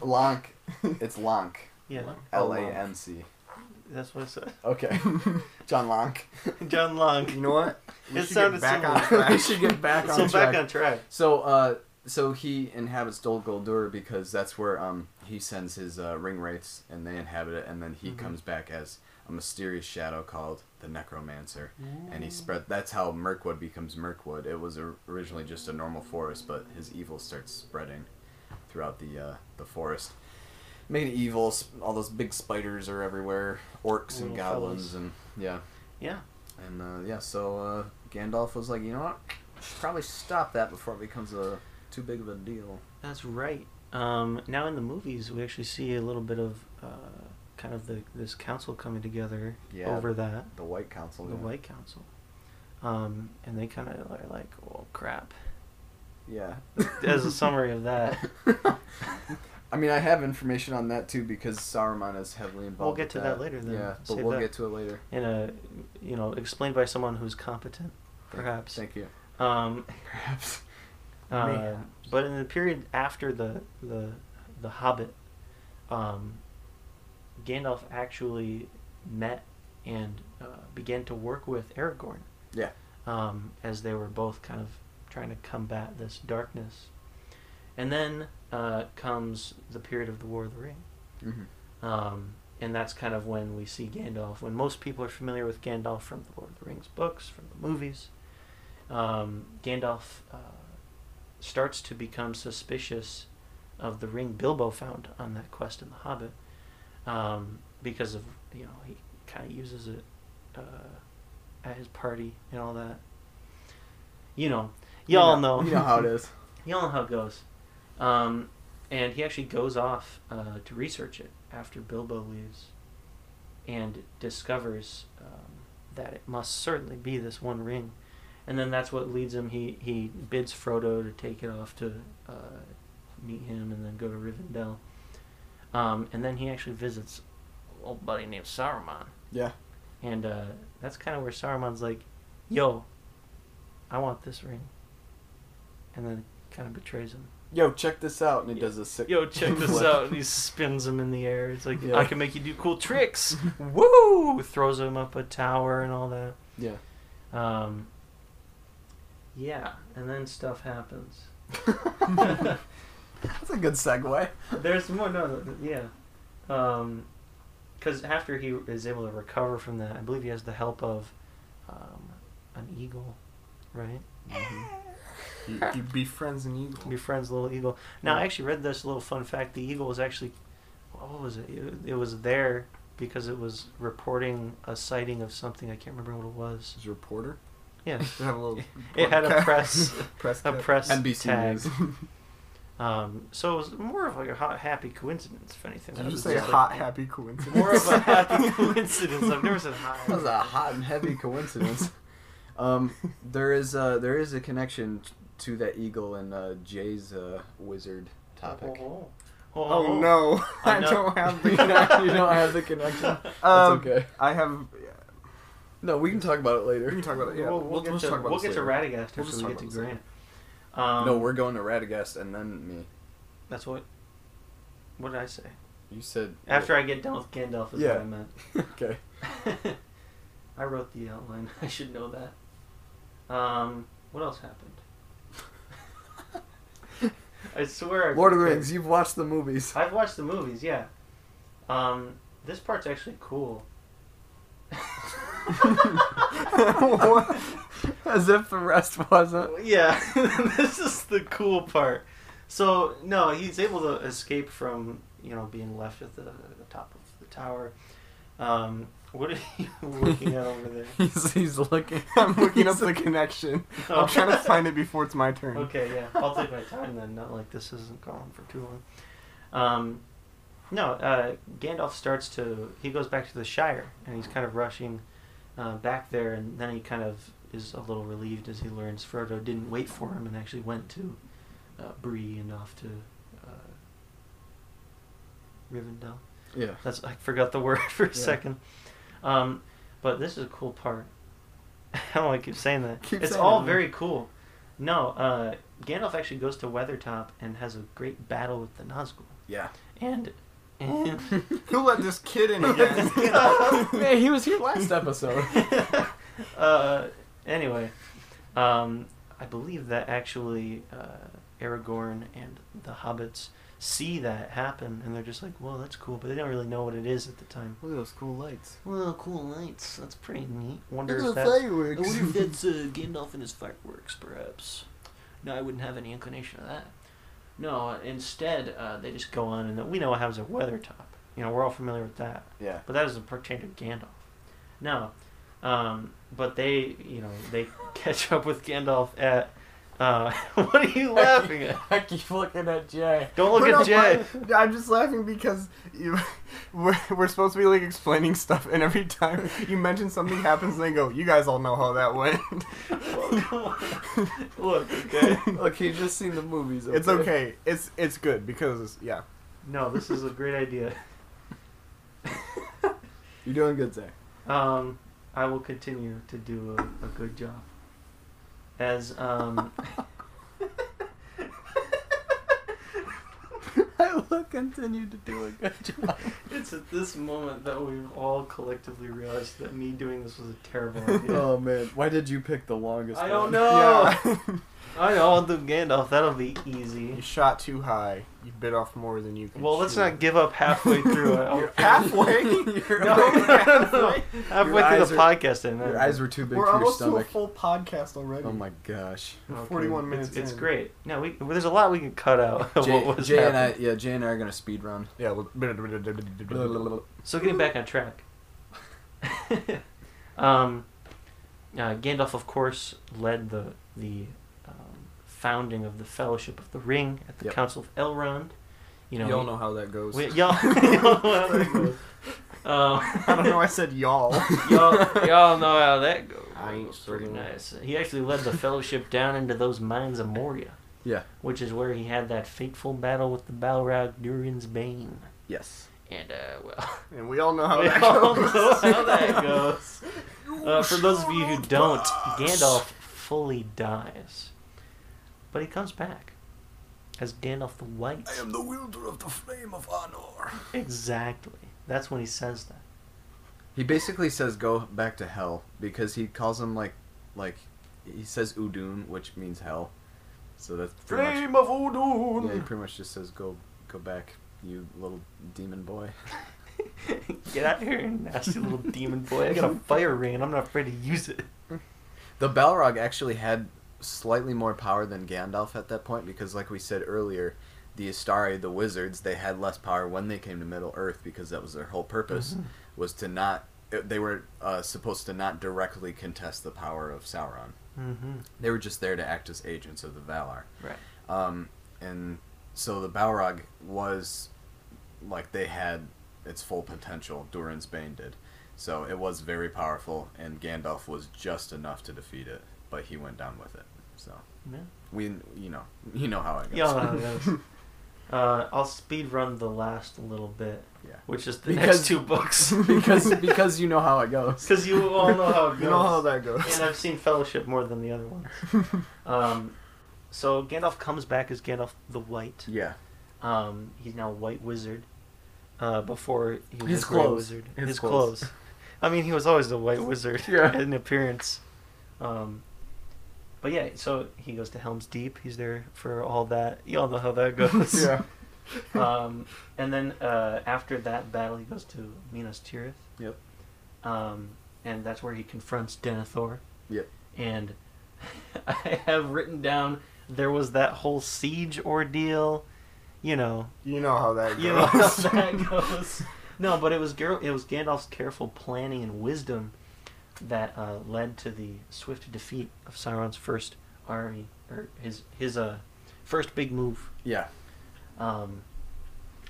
Lonk. It's Lonk. Yeah, L A N C. that's what I said. Okay. John Lonk. John Locke. You know what? We It should sounded get back similar. on track. We should get back so back on track. So, uh, so he inhabits Dol Guldur because that's where um he sends his uh, ring wraiths and they inhabit it, and then he Mhm. comes back as a mysterious shadow called the Necromancer, and he spread. That's how Mirkwood becomes Mirkwood. It was or- originally just a normal forest, but his evil starts spreading throughout the uh, the forest. Made evil. s- All those big spiders are everywhere. Orcs and Little goblins fellas. and yeah. Yeah. And uh, yeah, so uh, Gandalf was like, you know what? Should probably stop that before it becomes a too big of a deal. That's right. Um, now in the movies, we actually see a little bit of uh, kind of the this council coming together Yeah. over that The White Council. the yeah. White Council, um, and they kind of are like, "Oh crap." Yeah. As a summary of that, I mean, I have information on that too because Saruman is heavily we'll involved. get with to that later. Then Yeah, but Save we'll that get to it later. in a you know explained by someone who's competent, perhaps. Thank you. Um, Perhaps. Uh, Mayhaps. but in the period after the the the Hobbit, um, Gandalf actually met and uh, began to work with Aragorn Yeah. um, as they were both kind of trying to combat this darkness. And then uh, comes the period of the War of the Ring, Mm-hmm. um, and that's kind of when we see Gandalf. When most people are familiar with Gandalf from the Lord of the Rings books, from the movies, um, Gandalf uh, starts to become suspicious of the ring Bilbo found on that quest in The Hobbit, um, because of you know he kind of uses it uh, at his party and all that. You know, y'all know. You know how it is. You all know how it goes. Um, and he actually goes off uh, to research it after Bilbo leaves. and discovers um, that it must certainly be this one ring. And then that's what leads him. He he bids Frodo to take it off to uh, meet him, and then go to Rivendell. Um, and then he actually visits old buddy named Saruman. Yeah. And uh, that's kind of where Saruman's like, "Yo, I want this ring," and then kind of betrays him. Yo, check this out, and he Yeah. does a sick. Yo, check this flip. out. And he spins him in the air. It's like, Yeah. I can make you do cool tricks. Woo! Throws him up a tower and all that. Yeah. Um, yeah, and then stuff happens. That's a good segue. There's more, no, th- yeah. Because after he is able to recover from that, I believe he has the help of um, an eagle, right? He, he befriends an eagle. Befriends the little eagle. Now, I Yeah. actually read this little fun fact. The eagle was actually, what was it? It, it was there because it was reporting a sighting of something. I can't remember what it was. He's a reporter. Yeah. They have a little. It had a press, press. a cut. press NBC tag. News. Um, so it was more of like a hot, happy coincidence, if anything. Did That you was say just hot, like- happy coincidence? More of a happy coincidence. I've never said hot. That was a hot and heavy coincidence. um, there is a there is a connection t- to that eagle and uh, Jay's uh, wizard topic. Oh, Oh no, I I know. don't have the. you connection. don't have the connection. That's Um, okay. I have. yeah, No, we can talk about it we can later. talk about it. Yeah, we'll, we'll, get just to, talk about we'll this get to later. Radagast We'll after just we talk get to about this Grant. Um, no, we're going to Radagast and then me. that's what. What did I say? You said After I get done with Gandalf is Yeah. what I meant. okay. I wrote the outline. I should know that. Um, what else happened? I swear. I Lord of the prepared- Rings. You've watched the movies. I've watched the movies, yeah. Um, this part's actually cool. What? As if the rest wasn't. yeah, this is the cool part. So no, he's able to escape from you know being left at the, the top of the tower. Um, what are you looking at over there? He's he's looking. I'm looking Oh. up the connection. I'm trying to find it before it's my turn. Okay, yeah, I'll take my time then. Not like this isn't going for too long. Um, no, uh, Gandalf starts to he goes back to the Shire and he's kind of rushing uh, back there, and then he kind of is a little relieved as he learns Frodo didn't wait for him and actually went to uh, Bree and off to uh, Rivendell. Yeah. That's I forgot the word for a Yeah. second. Um, but this is a cool part. I don't want to keep saying that. Keep it's saying all it, man. very cool. No, uh, Gandalf actually goes to Weathertop and has a great battle with the Nazgul. Yeah. And, and Who let this kid in again? Man, he was here last episode. uh, anyway, um, I believe that actually uh, Aragorn and the hobbits see that happen and they're just like, "Whoa, that's cool," but they don't really know what it is at the time. Look at those cool lights. Well, cool lights. That's pretty neat. Wonder Look if at the that's, I fireworks. wonder if that's uh, Gandalf and his fireworks, perhaps. No, I wouldn't have any inclination of that. no. uh, Instead, uh, they just go on, and we know what happens at Weathertop. You know, we're all familiar with that. Yeah. But that doesn't pertain to Gandalf. No, um, but they, you know, they catch up with Gandalf at. Uh, what are you laughing at? I keep looking at Jay. Don't look But at no, Jay. why- I'm just laughing because you, we're, we're supposed to be like explaining stuff, and every time you mention something happens, and they go, "You guys all know how that went." look, okay. Look, he's just seen the movies. It's okay. It's it's good because yeah. No, this is a great idea. You're doing good, Zach. Um, I will continue to do a, a good job. As um, I will continue to do a good job. It's at this moment that we've all collectively realized that me doing this was a terrible idea. Oh man, why did you pick the longest? I don't one? know. Oh. Yeah. I know, I'll do Gandalf. That'll be easy. you shot too high. You bit off more than you can. Well, let's chew. not give up halfway through it. I'll- You're halfway. You're No, no, no, no. Halfway through eyes the are- podcast, and Your eyes were too big We're for your almost to a stomach. full podcast already. Oh my gosh. Okay. 41 minutes It's, it's in. great. No, we, well, there's a lot we can cut out. of Jay, what was Jay and I, happening. yeah, Jay and I are gonna speed run. Yeah. So getting back on track. um, uh, Gandalf, of course, led the the um, founding of the Fellowship of the Ring at the Yep. Council of Elrond. You know, Y'all know how that goes. we- y'all- y'all know how that goes. Um, I don't know. why I said y'all. y'all, y'all know how that goes. I ain't It's pretty certain. nice. Uh, He actually led the Fellowship down into those mines of Moria. Yeah. Which is where he had that fateful battle with the Balrog Durin's Bane. Yes. And uh, well, and we all know how We that all goes. know how that oh, goes. Uh, for those of Oh, you who don't, Gandalf fully dies. But he comes back as Gandalf the White. the wielder of the flame of honor. Exactly. That's when he says that. He basically says go back to hell because he calls him like like he says Udun, which means hell. So that's pretty much Yeah, he of Udun. pretty much just says go go back, you little demon boy. Get out of here, you nasty little demon boy. I got a fire ring and I'm not afraid to use it. The Balrog actually had slightly more power than Gandalf at that point because like we said earlier, the Istari, the wizards, they had less power when they came to Middle Earth because that was their whole purpose was to not they were uh, supposed to not directly contest the power of Sauron. Mm-hmm. They were just there to act as agents of the Valar. Right. Um, and so the Balrog was like they had its full potential. Durin's Bane did, so it was very powerful, and Gandalf was just enough to defeat it, but he went down with it. So Yeah. we, you know, you know how it goes. Yeah, I know how it goes. Uh, I'll speed run the last little bit, Yeah. which is the Because- next two books, because because you know how it goes. because you all know how it goes. You know how that goes. and I've seen Fellowship more than the other ones. Um, so Gandalf comes back as Gandalf the White. Yeah, Um, he's now White Wizard. Uh, before he was His a Grey clothes. Wizard. His clothes. clothes. I mean, he was always the White Wizard Yeah. in appearance. Um, but yeah, so he goes to Helm's Deep. He's there for all that. Y'all know how that goes. um, and then uh, after that battle, he goes to Minas Tirith. Yep. Um, and that's where he confronts Denethor. Yep. And I have written down there was that whole siege ordeal. You know, You know how that goes. you know how that goes. No, but it was Gar- it was Gandalf's careful planning and wisdom that uh, led to the swift defeat of Sauron's first army or his his uh, first big move. yeah. Um,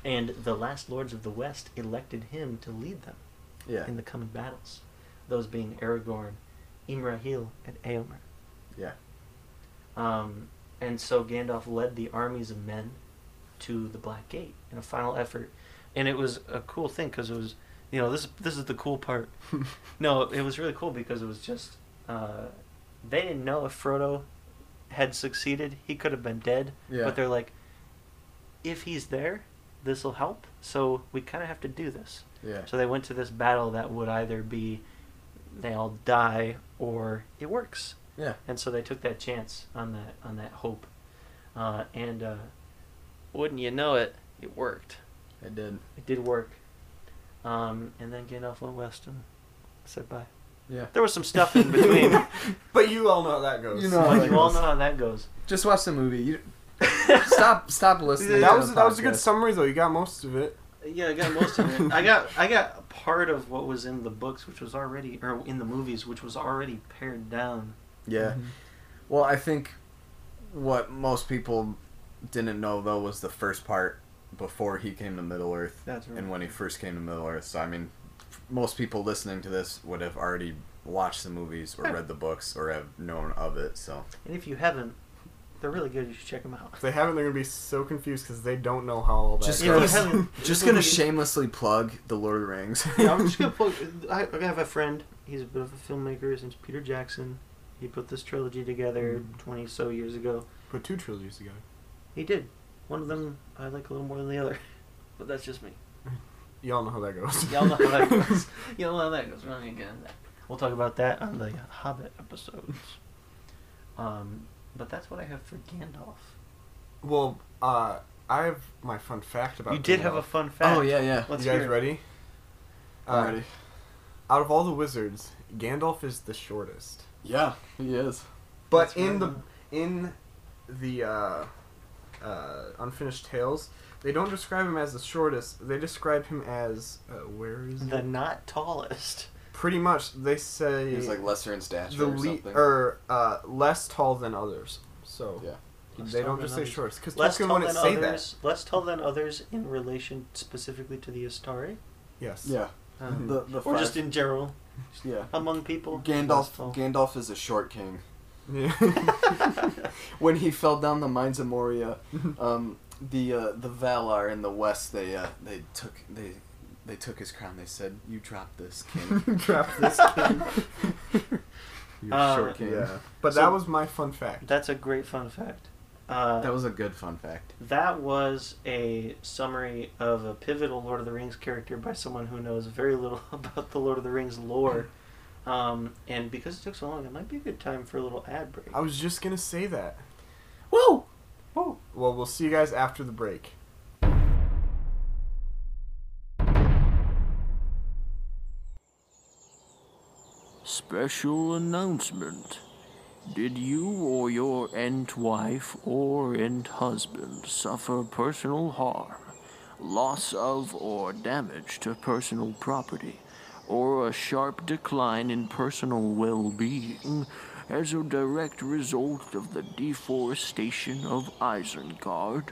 and the last lords of the West elected him to lead them Yeah, in the coming battles, those being Aragorn, Imrahil, and Eomer. yeah, Um, and so Gandalf led the armies of men to the Black Gate in a final effort, and it was a cool thing because it was, you know, this this is the cool part. no, it was really cool because it was just uh, they didn't know if Frodo had succeeded, he could have been dead. Yeah. But they're like, if he's there, this will help. So we kind of have to do this. yeah. So they went to this battle that would either be they all die or it works Yeah. and so they took that chance on that on that hope, uh, and uh, wouldn't you know it, it worked. I did. It did work, um, and then Gandalf went west and said bye. Yeah. There was some stuff in between. But you all know how that goes. You know how but that you all goes. know how that goes. Just watch the movie. You stop stop listening. That to was the that was a good podcast. summary though. You got most of it. Yeah, I got most of it. I got I got part of what was in the books, which was already or in the movies, which was already pared down. Yeah. Well, I think what most people didn't know though was the first part before he came to Middle Earth That's and when he first came to Middle Earth. So I mean, f- most people listening to this would have already watched the movies or read the books or have known of it. So And if you haven't, they're really good. You should check them out. If they haven't, they're gonna be so confused because they don't know how all that. Just Yeah, goes. if you haven't- just gonna shamelessly plug the Lord of the Rings. yeah, I'm just gonna plug. I, I have a friend. He's a bit of a filmmaker. His name's Peter Jackson. He put this trilogy together twenty so years ago. put two trilogies together. He did. One of them I like a little more than the other. but that's just me. Y'all know how that goes. Y'all know how that goes. Y'all know how that goes. We're not gonna get into that. We'll talk about that on the Hobbit episodes. Um, but that's what I have for Gandalf. well, uh, I have my fun fact about. you did Gandalf. have a fun fact. oh yeah, yeah. Let's you guys hear it. ready? I'm Uh, ready. Out of all the wizards, Gandalf is the shortest. Yeah, he is. But That's in the right. in the uh, uh, unfinished tales, they don't describe him as the shortest. They describe him as uh, where is The it? not tallest. Pretty much, they say He's like lesser in stature the or le- something. or uh, less tall than others. So Yeah. Less they tall don't than just say others. shorts because Less Tolkien tall wouldn't than say others. Less tall than others in relation specifically to the Astari. that. Yes. yeah. Um, The, the Mm-hmm. or five- just in general yeah. among people. Gandalf. Well, Gandalf is a short king. Yeah. When he fell down the mines of Moria, um, the uh, the Valar in the west they uh, they took they they took his crown. They said, "You drop this, king." Drop this king. You're Uh, short king. Yeah. But So- that was my fun fact. That's a great fun fact. Uh, That was a good fun fact. That was a summary of a pivotal Lord of the Rings character by someone who knows very little about the Lord of the Rings lore. Um, and because it took so long, it might be a good time for a little ad break. Uh, I was just gonna say that. Whoa! Well, we'll see you guys after the break. Special announcement. Did you or your ent wife or ent husband suffer personal harm, loss of or damage to personal property, or a sharp decline in personal well being as a direct result of the deforestation of Isengard?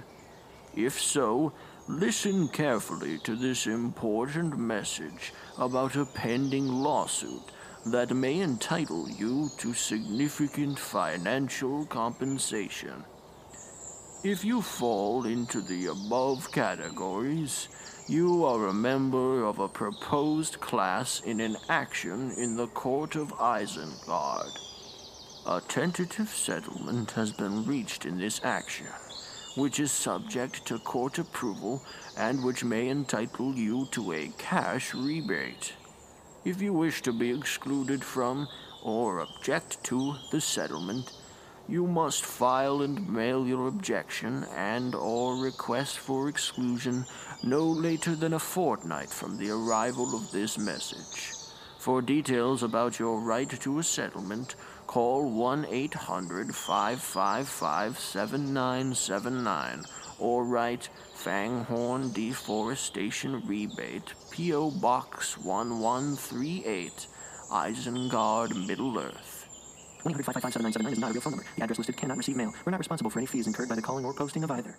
If so, listen carefully to this important message about a pending lawsuit that may entitle you to significant financial compensation. If you fall into the above categories, you are a member of a proposed class in an action in the Court of Isengard. A tentative settlement has been reached in this action, which is subject to court approval and which may entitle you to a cash rebate. If you wish to be excluded from or object to the settlement, you must file and mail your objection and or request for exclusion no later than a fortnight from the arrival of this message. For details about your right to a settlement, call 1-800-555-7979 or write Fanghorn Deforestation Rebate, P.O. Box 1138, Isengard, Middle Earth. 1-800-555-7979 is not a real phone number. The address listed cannot receive mail. We're not responsible for any fees incurred by the calling or posting of either.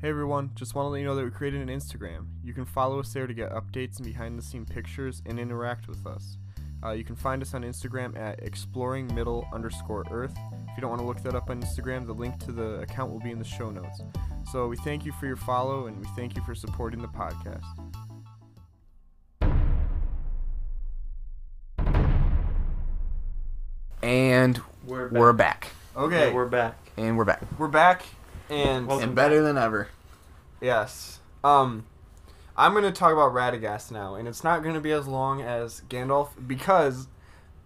Hey everyone, just want to let you know that we created an Instagram. You can follow us there to get updates and behind the scene pictures and interact with us. Uh, you can find us on Instagram at exploringmiddle underscore earth. If you don't want to look that up on Instagram, the link to the account will be in the show notes. So we thank you for your follow and we thank you for supporting the podcast. And We're we're back. Okay, Yeah, we're back. And we're back. we're back and Welcome and better than ever. Yes. Um, I'm going to talk about Radagast now, and it's not going to be as long as Gandalf because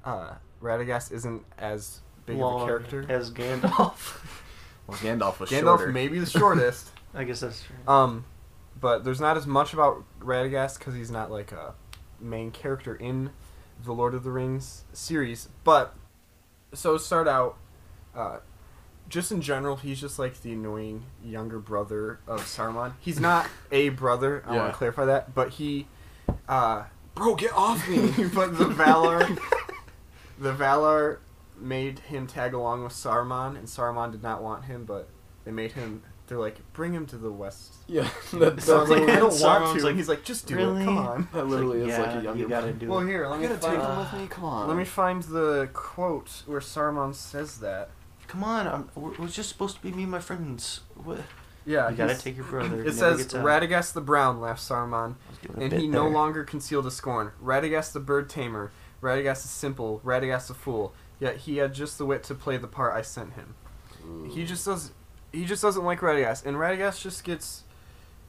uh, Radagast isn't as big of Long a character. as Gandalf. Well, Gandalf was Gandalf shorter. may be the shortest. I guess that's true. Uh, um, but there's not as much about Radagast because he's not like a main character in the Lord of the Rings series. But so to start out, uh, just in general, he's just like the annoying younger brother of Saruman. He's not a brother. I Yeah. want to clarify that, but he, uh, bro, get off me! but the Valar, the Valar made him tag along with Saruman, and Saruman did not want him, but they made him. They're like, bring him to the west. yeah, that, So I was like, I don't Saruman's want to. like, and he's like, just do "Really?" it. Come on. that literally It's is like a yeah, younger you gotta do Well, it. here, let I me gotta find. take him uh, with me. Come on. Let me find the quote where Saruman says that. Come on, I'm, we're, we're just supposed to be me and my friends. What? Yeah, you gotta he's- take your brother. It says Radagast the Brown, laughed Saruman, and he no longer concealed his scorn. Radagast the bird tamer, Radagast the simple, Radagast the fool. Yet he had just the wit to play the part I sent him. He just does. He just doesn't like Radagast, and Radagast just gets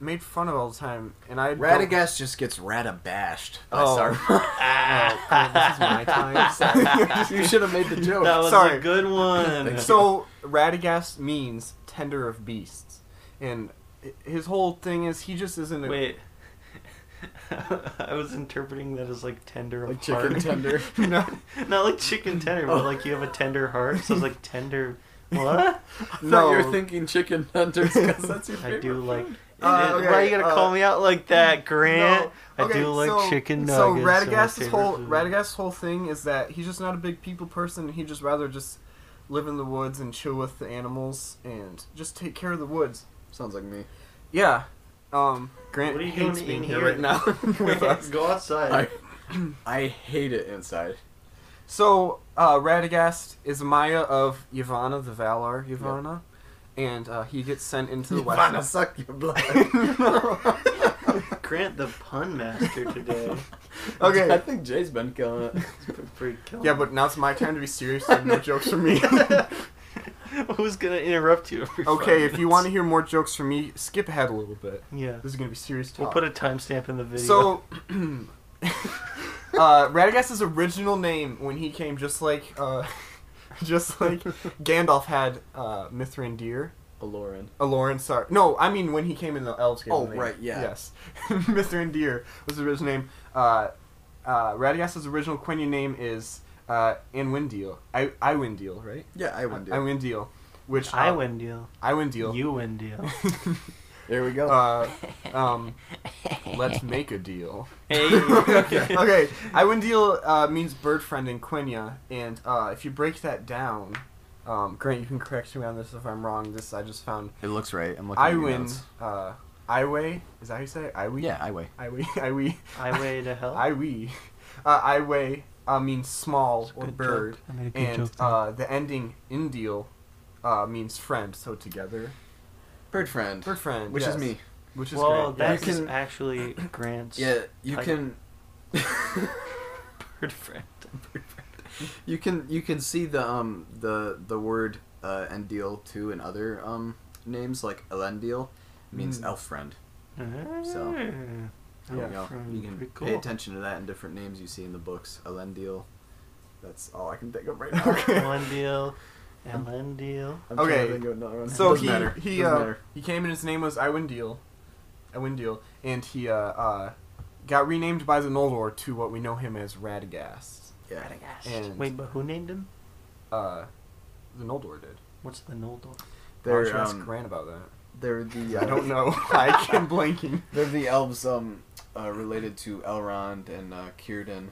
made fun of all the time. And I don't- Radagast just gets ratabashed by Oh. Saruman. Oh, God, this is my time. Sorry. you should have made the joke. That was Sorry. a good one. so Radagast means tender of beasts, and hi- his whole thing is he just isn't. A, Wait. I was interpreting that as like tender of Like heart. chicken tender. No, Not like chicken tender, Oh. but like you have a tender heart. So it's like tender. What? no. you're thinking chicken tenders because that's your I favorite. do like. Uh, Why you gotta okay, call uh, me out like that, Grant? No. Okay, I do like so- chicken So nuggets. are my Radagast's favorite whole food. Radagast's whole thing is that he's just not a big people person. He just rather just live in the woods and chill with the animals and just take care of the woods. Sounds like me. Yeah, Um, Grant What are you hates doing being in here, here? right now with us. Go outside. I, I hate it inside. So, uh, Radagast is Maya of Ivana the Valar, Ivana, and uh, he gets sent into the Wanna West. suck your blood. Grant the pun master today. I okay. think Jay's been killing it. It's pretty killing. Yeah, but now it's my time to be serious. So no jokes from me. who's gonna interrupt you? every five okay, if you minutes? want to hear more jokes from me, skip ahead a little bit. yeah, This is gonna be serious talk. we'll put a timestamp in the video. So, uh, Radagast's original name when he came, just like, uh, just like Gandalf had uh, Mithrandir. Aloran. Aloran Sar. No, I mean when he came in the Elves gave Oh, him the name. right, yeah. Yes. Mithrandir was his original name. Uh, uh, Radagast's original Quenya name is uh, Anwindil. I Iwindil, right? Yeah, I wouldn't do it. Iwindil. Which uh, I win deal. Iwindil. You win deal. There we go. Uh, um, let's make a deal. Hey. okay, Iwindil uh, means bird friend in Quenya, and uh, if you break that down, um, Grant, you can correct me on this if I'm wrong. This I just found. it looks right. I'm looking at your Iwin, notes. uh, Iway, is that how you say it? Iwe? Yeah, I weigh. Iwe, Iwe, I way to hell. Iwe. Uh, Iwe uh, means small or Good joke. bird, I made a good and joke. there. uh, the ending Indiel uh, means friend, so together. Bird friend. Bird friend. Which is yes. me. Which is well, great. that's You can- actually Grant's Yeah, you I- can. bird friend. you can you can see the um the the word uh, Endeal too and other um names like Elendil means Mm. elf friend. So, There Yeah, you, go. friend. you can Ah. Pretty cool. pay attention to that in different names you see in the books. Elendil. That's all I can think of right now. Okay. One deal, and then deal. I'm trying to Okay. think of another one. So Doesn't he matter. he Doesn't uh, matter. he came and his name was Iwindil, Iwindil, and he uh, uh, got renamed by the Noldor to what we know him as Radagast, yeah. and Wait, but who named him? uh, the Noldor did. What's the Noldor? Why don't They're you ask um, Grant about that? they're the I don't know. I am blanking. They're the elves um, uh, related to Elrond and uh, Círdan and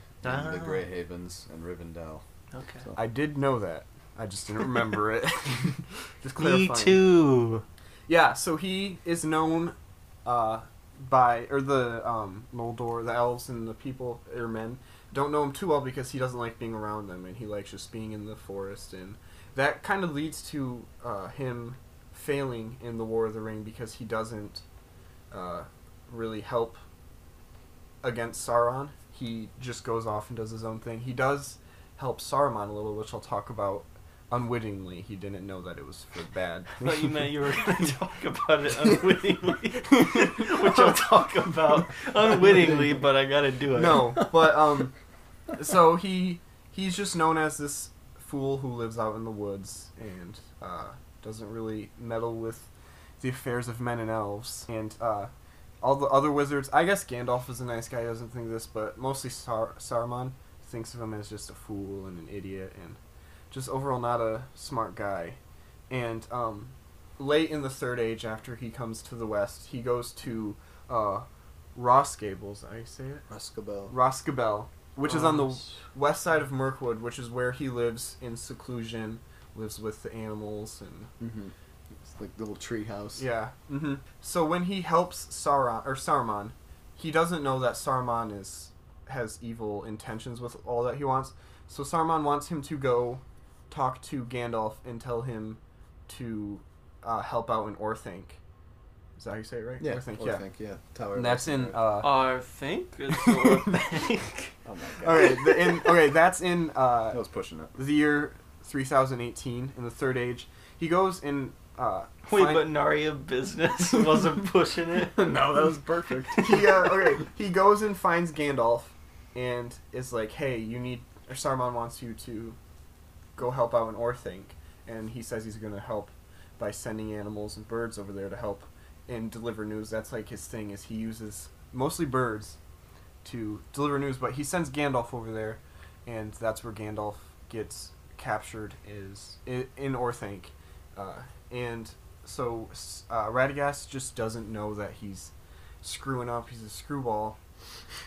Ah. the Grey Havens and Rivendell. Okay. So- I did know that. I just didn't remember it. just Me clarifying. too. Yeah, so he is known uh, by or the um, Noldor, the elves and the people or men don't know him too well because he doesn't like being around them and he likes just being in the forest and that kind of leads to uh, him failing in the War of the Ring because he doesn't uh, really help against Sauron. He just goes off and does his own thing. He does help Saruman a little, which I'll talk about unwittingly. He didn't know that it was for bad. I thought you meant you were going to talk about it unwittingly, which I'll talk about unwittingly, but I got to do it. No, but um, so he he's just known as this fool who lives out in the woods and uh, doesn't really meddle with the affairs of men and elves and uh, all the other wizards. I guess Gandalf is a nice guy. Doesn't think this, but mostly Sar- Saruman thinks of him as just a fool and an idiot and just overall not a smart guy. And um, late in the Third Age, after he comes to the West, he goes to uh, Ross Gables. I say it. Ruscabel. Roskabel, which is on the Ross. west side of Mirkwood, which is where he lives in seclusion, lives with the animals, and Mm-hmm. It's like the little tree house. yeah. hmm So when he helps Sauron or Saruman, he doesn't know that Saruman is has evil intentions with all that he wants. So Saruman wants him to go talk to Gandalf and tell him to uh, help out in Orthanc. Is that how you say it right? Yeah. Orthanc. or yeah. think, yeah. Tower. And of that's in Orthanc. uh, I think it's what I think. oh my god. uh, okay. The, in, okay, that's in uh, I was pushing it. the year 3018 in the third age he goes and uh Wait, find- but Naria Business wasn't pushing it? no, Oh, that was perfect. he uh, okay he goes and finds gandalf and is like hey you need or saruman wants you to go help out in orthanc and he says he's going to help by sending animals and birds over there to help and deliver news that's like his thing is he uses mostly birds to deliver news but he sends gandalf over there and that's where gandalf gets captured is i- in orthanc uh, and so s- uh, radagast just doesn't know that he's screwing up he's a screwball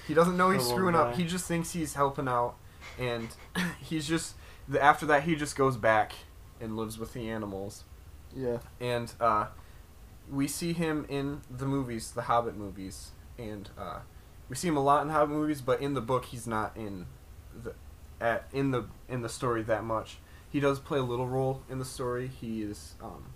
he doesn't know he's Screwball screwing up guy. he just thinks he's helping out and he's just the, after that he just goes back and lives with the animals Yeah. and uh, we see him in the movies, the Hobbit movies, and uh, we see him a lot in Hobbit movies. But in the book, he's not in the at in the in the story that much. He does play a little role in the story. He is um,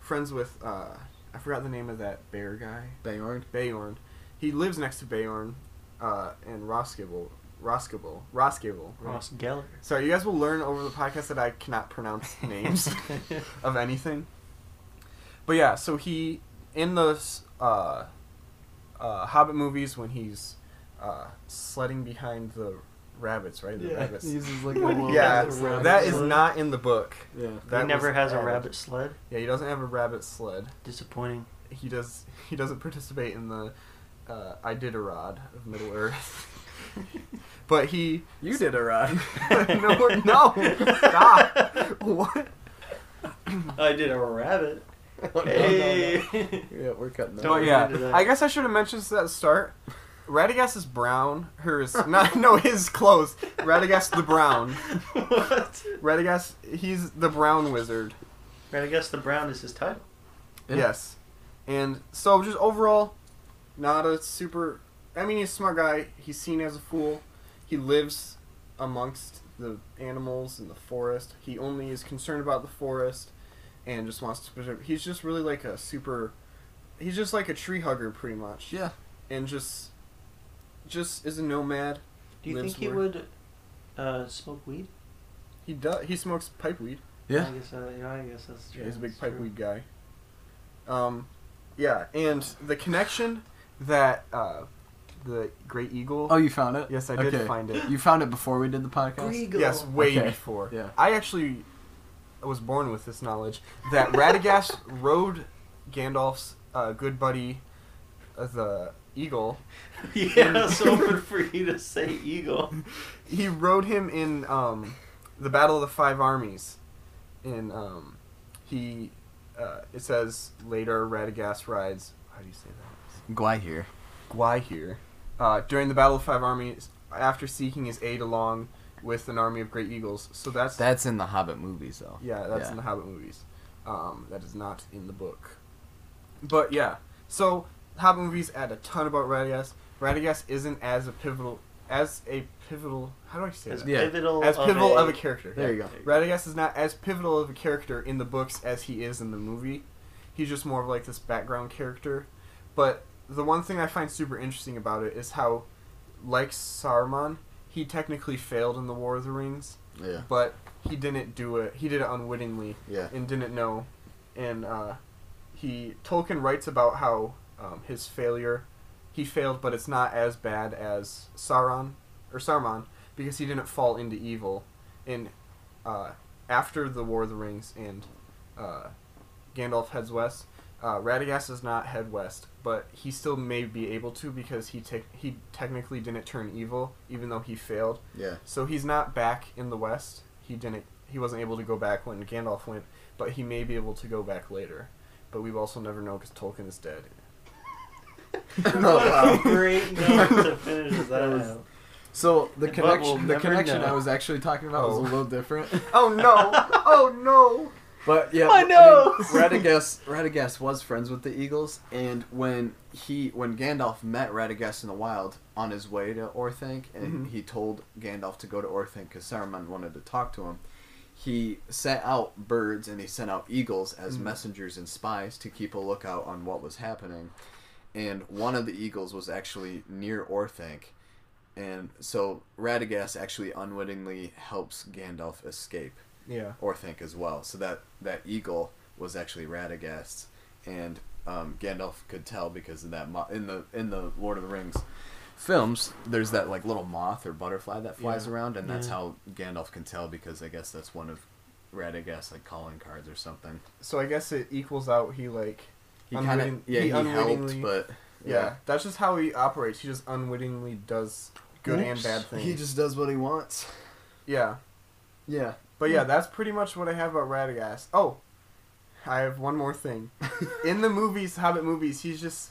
friends with uh, I forgot the name of that bear guy. Bayorn. Bayorn. He lives next to Bayorn uh, and Roskibble. Roskibble. Roskibble. Ross Geller. Sorry, you guys will learn over the podcast that I cannot pronounce names of anything. But yeah, so he in those uh, uh, Hobbit movies when he's uh, sledding behind the rabbits, right? The rabbits. uses like When he yeah, has a rabbit that is sled. not in the book. Yeah. That he never was has a added. rabbit sled. Yeah, he doesn't have a rabbit sled. Disappointing. He does. He doesn't participate in the uh, Iditarod of Middle Earth. but he You did a rod. no, no, stop. What? I did a rabbit. Oh, Yeah, we're cutting that. Don't- But get into yeah, that. I guess I should have mentioned this at the start. Radagast is brown. Hers, not no, his clothes. Radagast the brown. what? Radagast, he's the brown wizard. Right, I guess the brown is his title. Yeah. Yes, and so just overall, not a super. I mean, he's a smart guy. He's seen as a fool. He lives amongst the animals in the forest. He only is concerned about the forest, and just wants to preserve. He's just really like a super. He's just like a tree hugger, pretty much. Yeah. and just just is a nomad. Do you Lives think he where- would uh, smoke weed? He does. He smokes pipe weed. Yeah. I guess, uh, yeah, I guess that's true. He's a big That's true. pipe weed guy. Um, yeah, and the connection that uh, the great eagle. Oh, you found it? Yes, I did find it. You found it before we did the podcast? Griegel. yes, way Okay, before. yeah. I actually was born with this knowledge that Radagast rode Gandalf's uh, good buddy, uh, the eagle. Yeah, I was hoping for you to say eagle. He rode him in um, the Battle of the Five Armies, and um, he. Uh, it says later Radagast rides. How do you say that? Gwai here. Gwaihir. Uh, during the Battle of Five Armies, after seeking his aid along with an army of great eagles. So that's That's in the Hobbit movies, though. yeah, that's yeah. in the Hobbit movies. Um, that is not in the book. But yeah, so Hobbit movies add a ton about Radagast. Radagast isn't as a pivotal as a pivotal. How do I say As that? Yeah. pivotal, As pivotal of a, character. There you go. Radagast is not as pivotal of a character in the books as he is in the movie. He's just more of like this background character. But the one thing I find super interesting about it is how, like Saruman, he technically failed in the War of the Rings, Yeah. but he didn't do it. He did it unwittingly Yeah. and didn't know. And uh, he Tolkien writes about how um, his failure, he failed, but it's not as bad as Sauron or Saruman because he didn't fall into evil. And uh, after the War of the Rings and uh, Gandalf heads west, uh, Radagast does not head west, but he still may be able to because he tec- he technically didn't turn evil, even though he failed. Yeah. So he's not back in the West. He didn't. He wasn't able to go back when Gandalf went, but he may be able to go back later. But we also never know because Tolkien is dead. What a great note to finish that out. So the But we'll connection, the never connection know. I was actually talking about was Oh. a little different. Oh no! oh no! But yeah, I know. mean, Radagast, Radagast was friends with the Eagles, and when he when Gandalf met Radagast in the wild on his way to Orthanc, and Mm-hmm. Mhm. he told Gandalf to go to Orthanc because Saruman wanted to talk to him. He sent out birds and he sent out eagles Mm. as messengers and spies to keep a lookout on what was happening. And one of the eagles was actually near Orthanc, and so Radagast actually unwittingly helps Gandalf escape. Yeah. Orthanc as well. So that that eagle was actually Radagast, and um, Gandalf could tell because of that mo- in the in the Lord of the Rings films. There's that like little moth or butterfly that flies Yeah. around, and that's Yeah. how Gandalf can tell because I guess that's one of Radagast's like calling cards or something. So I guess it equals out. He like. He kind of unwitting- yeah he, helped, unwittingly- but yeah. that's just how he operates. He just unwittingly does good and bad things. He just does what he wants. yeah. Yeah. But yeah, that's pretty much what I have about Radagast. Oh, I have one more thing. In the movies, Hobbit movies, he's just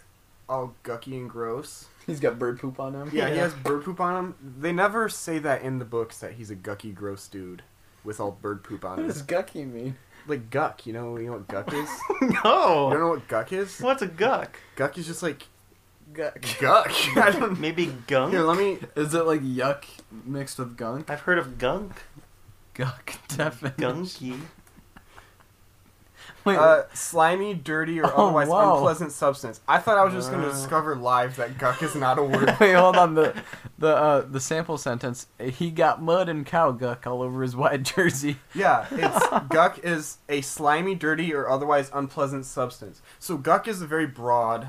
all gucky and gross. He's got bird poop on him. Yeah, he Yeah. has bird poop on him. They never say that in the books that he's a gucky, gross dude with all bird poop on What him. does gucky mean? like guck. You know, you know what guck is? you don't No. know what guck is? What's a guck? Guck is just like guck. Guck. I don't. Maybe gunk? Here, let me. Is it like yuck mixed with gunk? I've heard of gunk. Gunk definitely. Gunky. Wait, Uh, slimy, dirty, or Oh, otherwise wow. unpleasant substance. I thought I was just going to Wow. discover live that guck is not a word. wait, hold on. The the uh, the sample sentence. He got mud and cow guck all over his white jersey. Yeah, it's guck is a slimy, dirty, or otherwise unpleasant substance. So guck is a very broad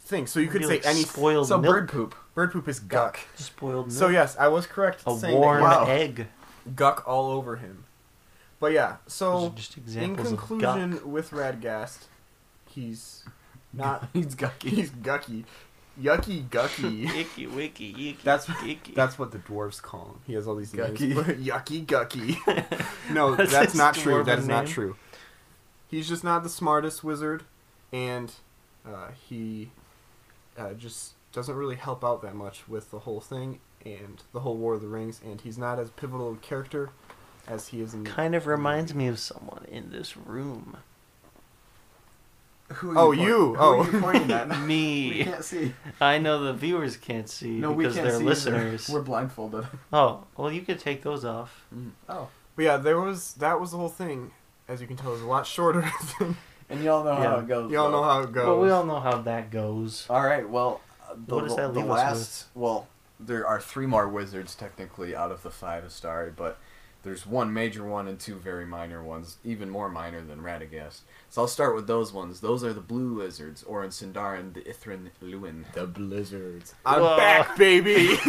thing. So you could Be say like any spoiled So milk. bird poop. bird poop is guck. Spoiled milk. So yes, I was correct. a saying that warm he had egg. guck all over him. But yeah, Those are so just in examples of conclusion, guck. with Radgast, he's not He's gucky. he's gucky, yucky, gucky. Icky wicky icky. That's- icky. That's what the dwarves call him. He has all these Gucky. names. Yucky Gucky. no, That's that's, his not true. That dwarven is not name. true. He's just not the smartest wizard, and uh, he uh, just doesn't really help out that much with the whole thing and the whole War of the Rings, and he's not as pivotal a character as he is in. kind of reminds me of someone in this room. Who Oh, you! Oh, pointing me. see. I know the viewers can't see No, we because can't they're see. listeners. Either. We're blindfolded. Oh, well, you could take those off. Mm. Oh, but yeah, there was that was the whole thing. As you can tell, it's a lot shorter. than and y'all know how Yeah. it goes. Y'all though. know how it goes. Well, we all know how that goes. All right. Well, uh, the, What does that the leave us last. Well, there are three more wizards technically out of the five Astari, but there's one major one and two very minor ones, even more minor than Radagast. So I'll start with those ones. Those are the blue wizards, or in Sindarin, the Ithrin Luin. the blizzards. I'm Whoa. back, baby.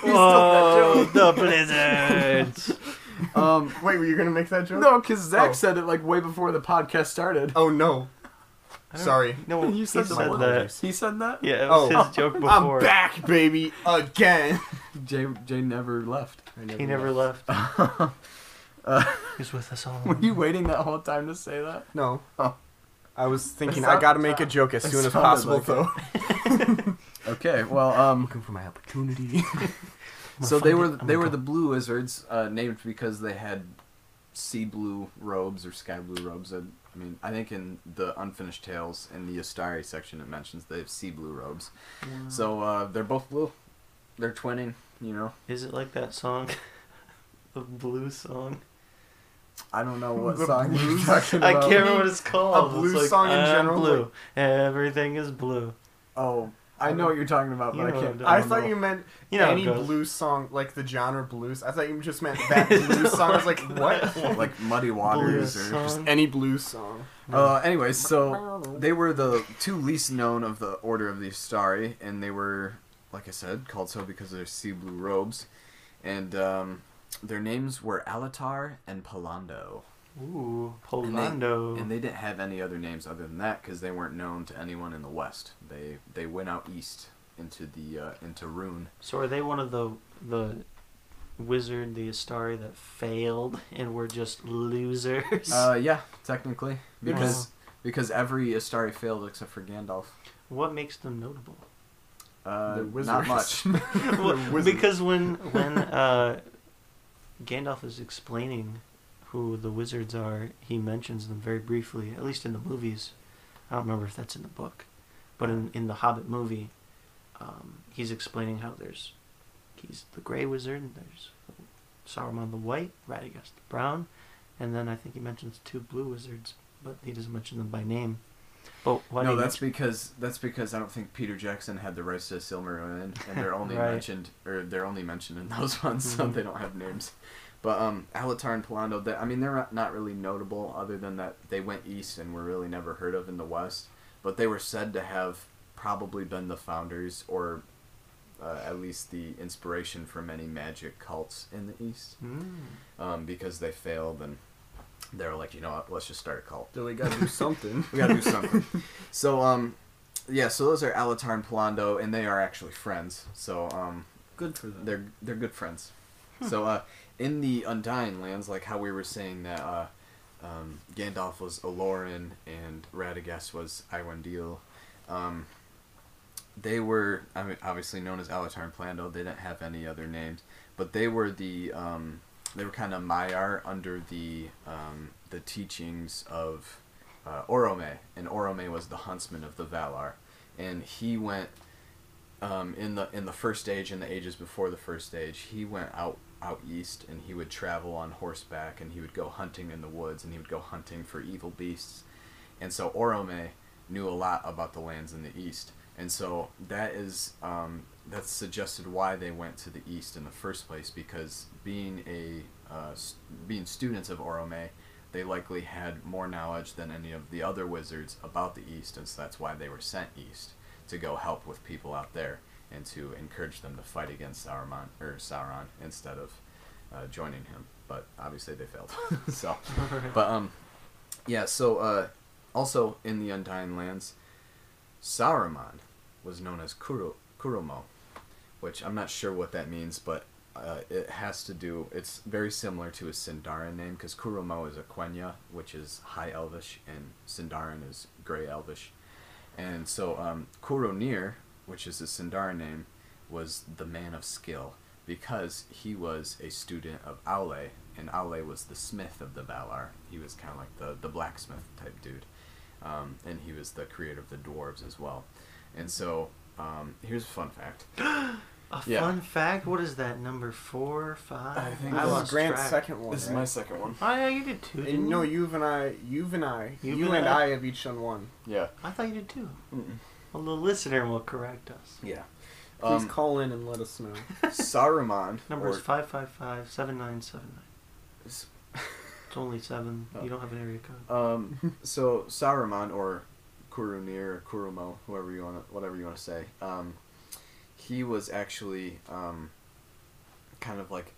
Whoa, Oh, the blizzards! Um, Wait, were you gonna make that joke? because Zach said it like way before the podcast started. Oh no. I don't- Sorry. No, he said, the word. that. He said that. Yeah, it was Oh. his joke before. I'm back, baby, again. Jay Jay never left. He never left. Were Uh, He's with us all. you waiting that whole time to say that? No. Oh. I was thinking It sound- I gotta make a joke as it soon as sounded possible like though. Okay. Well, um, Looking for my opportunity. so they find were it. I'm they gonna were go. the blue wizards uh, named because they had sea blue robes or sky blue robes. I, I mean, I think in the unfinished tales in the Astari section it mentions they have sea blue robes. So uh, they're both blue. They're twinning. You know, Is it like that song? the blue song? I don't know what The song you're blues? talking I about. can't remember what it's called. blue It's like, song in I'm general, Blue. Everything is blue. Oh, I know what you're talking about, but You I know can't. what I don't thought know. you meant You know how it any goes. blues song, like the genre blues. I thought you just meant that blues song. I was like, what? like muddy waters Blue or just song. Any blues song. Uh, anyways, so they were the two least known of the Order of the Astari, and they were, like I said, called so because of their sea blue robes, and um, their names were Alatar and Palando. Ooh, And they- Polando. And they didn't have any other names other than that because they weren't known to anyone in the West. They they went out east into the uh, into Rune. So are they one of the the wizard, the Astari that failed and were just losers? Uh, yeah, technically, They're because just- because every Astari failed except for Gandalf. what makes them notable? Uh, They're not much. wizards. Well, wizards. because when when uh, Gandalf is explaining who the wizards are, he mentions them very briefly, at least in the movies. I don't remember if that's in the book, but in in the Hobbit movie, um, he's explaining how there's he's the Gray Wizard, and there's Saruman the White, Radagast the Brown, and then I think he mentions two Blue Wizards, but he doesn't mention them by name. But why no, do you that's because that's because I don't think Peter Jackson had the rights to Silmarillion, and they're only Right. mentioned or they're only mentioned in those ones, so Mhm. they don't have names. But um, Alatar and Palando, they, I mean, they're not- not really notable other than that they went east and were really never heard of in the West. But they were said to have probably been the founders or uh, at least the inspiration for many magic cults in the East Mm. um, because they failed and they were like, you know what, let's just start a cult. So we gotta do something. We gotta do something. so, um, yeah. So those are Alatar and Palando, and they are actually friends. So, um, Good for them. they're they're good friends. so, uh, in the Undying Lands, like how we were saying that, uh, um, Gandalf was Olorin and Radagast was Iwandil. Um, they were I mean, obviously known as Alatar and Palando. They didn't have any other names, but they were the um, they were kind of Maiar under the um, the teachings of uh, Orome, and Orome was the huntsman of the Valar, and he went um, in the in the first age and the ages before the first age. He went out out east and he would travel on horseback and he would go hunting in the woods and he would go hunting for evil beasts, and so Orome knew a lot about the lands in the east, and so that is um, that's suggested why they went to the east in the first place because being a uh, s- being students of Orome, they likely had more knowledge than any of the other wizards about the east, and so that's why they were sent east to go help with people out there and to encourage them to fight against Sauron or Sauron instead of uh, joining him. But obviously they failed. so, but um, yeah. So uh, also in the Undying Lands, Saruman was known as Kuro, Kurumo, which I'm not sure what that means, but uh, it has to do. It's very similar to a Sindarin name because Kurumo is a Quenya, which is High Elvish, and Sindarin is Gray Elvish. And so um, Kuronir, which is a Sindarin name, was the man of skill because he was a student of Aule, and Aule was the smith of the Valar. He was kind of like the, the blacksmith type dude, um, and he was the creator of the dwarves as well. And so um, here's a fun fact. A Yeah. fun fact. What is that? Number four, five. I think This is lost Grant's track. second one. right? second one. Oh yeah, you did two. And didn't no, you. you've and I, you've and I, You've you and and I. I have each done one. Yeah. I thought you did two. Mm-mm. Well, the listener will correct us. Yeah. Please Um, call in and let us know. Saruman. Number is or- five five five seven nine seven nine. s- It's only seven. Oh. You don't have an area code. Um, so Saruman or Kurunir or Kurumo, whoever you want, to, whatever you want to say. Um, he was actually um, kind of like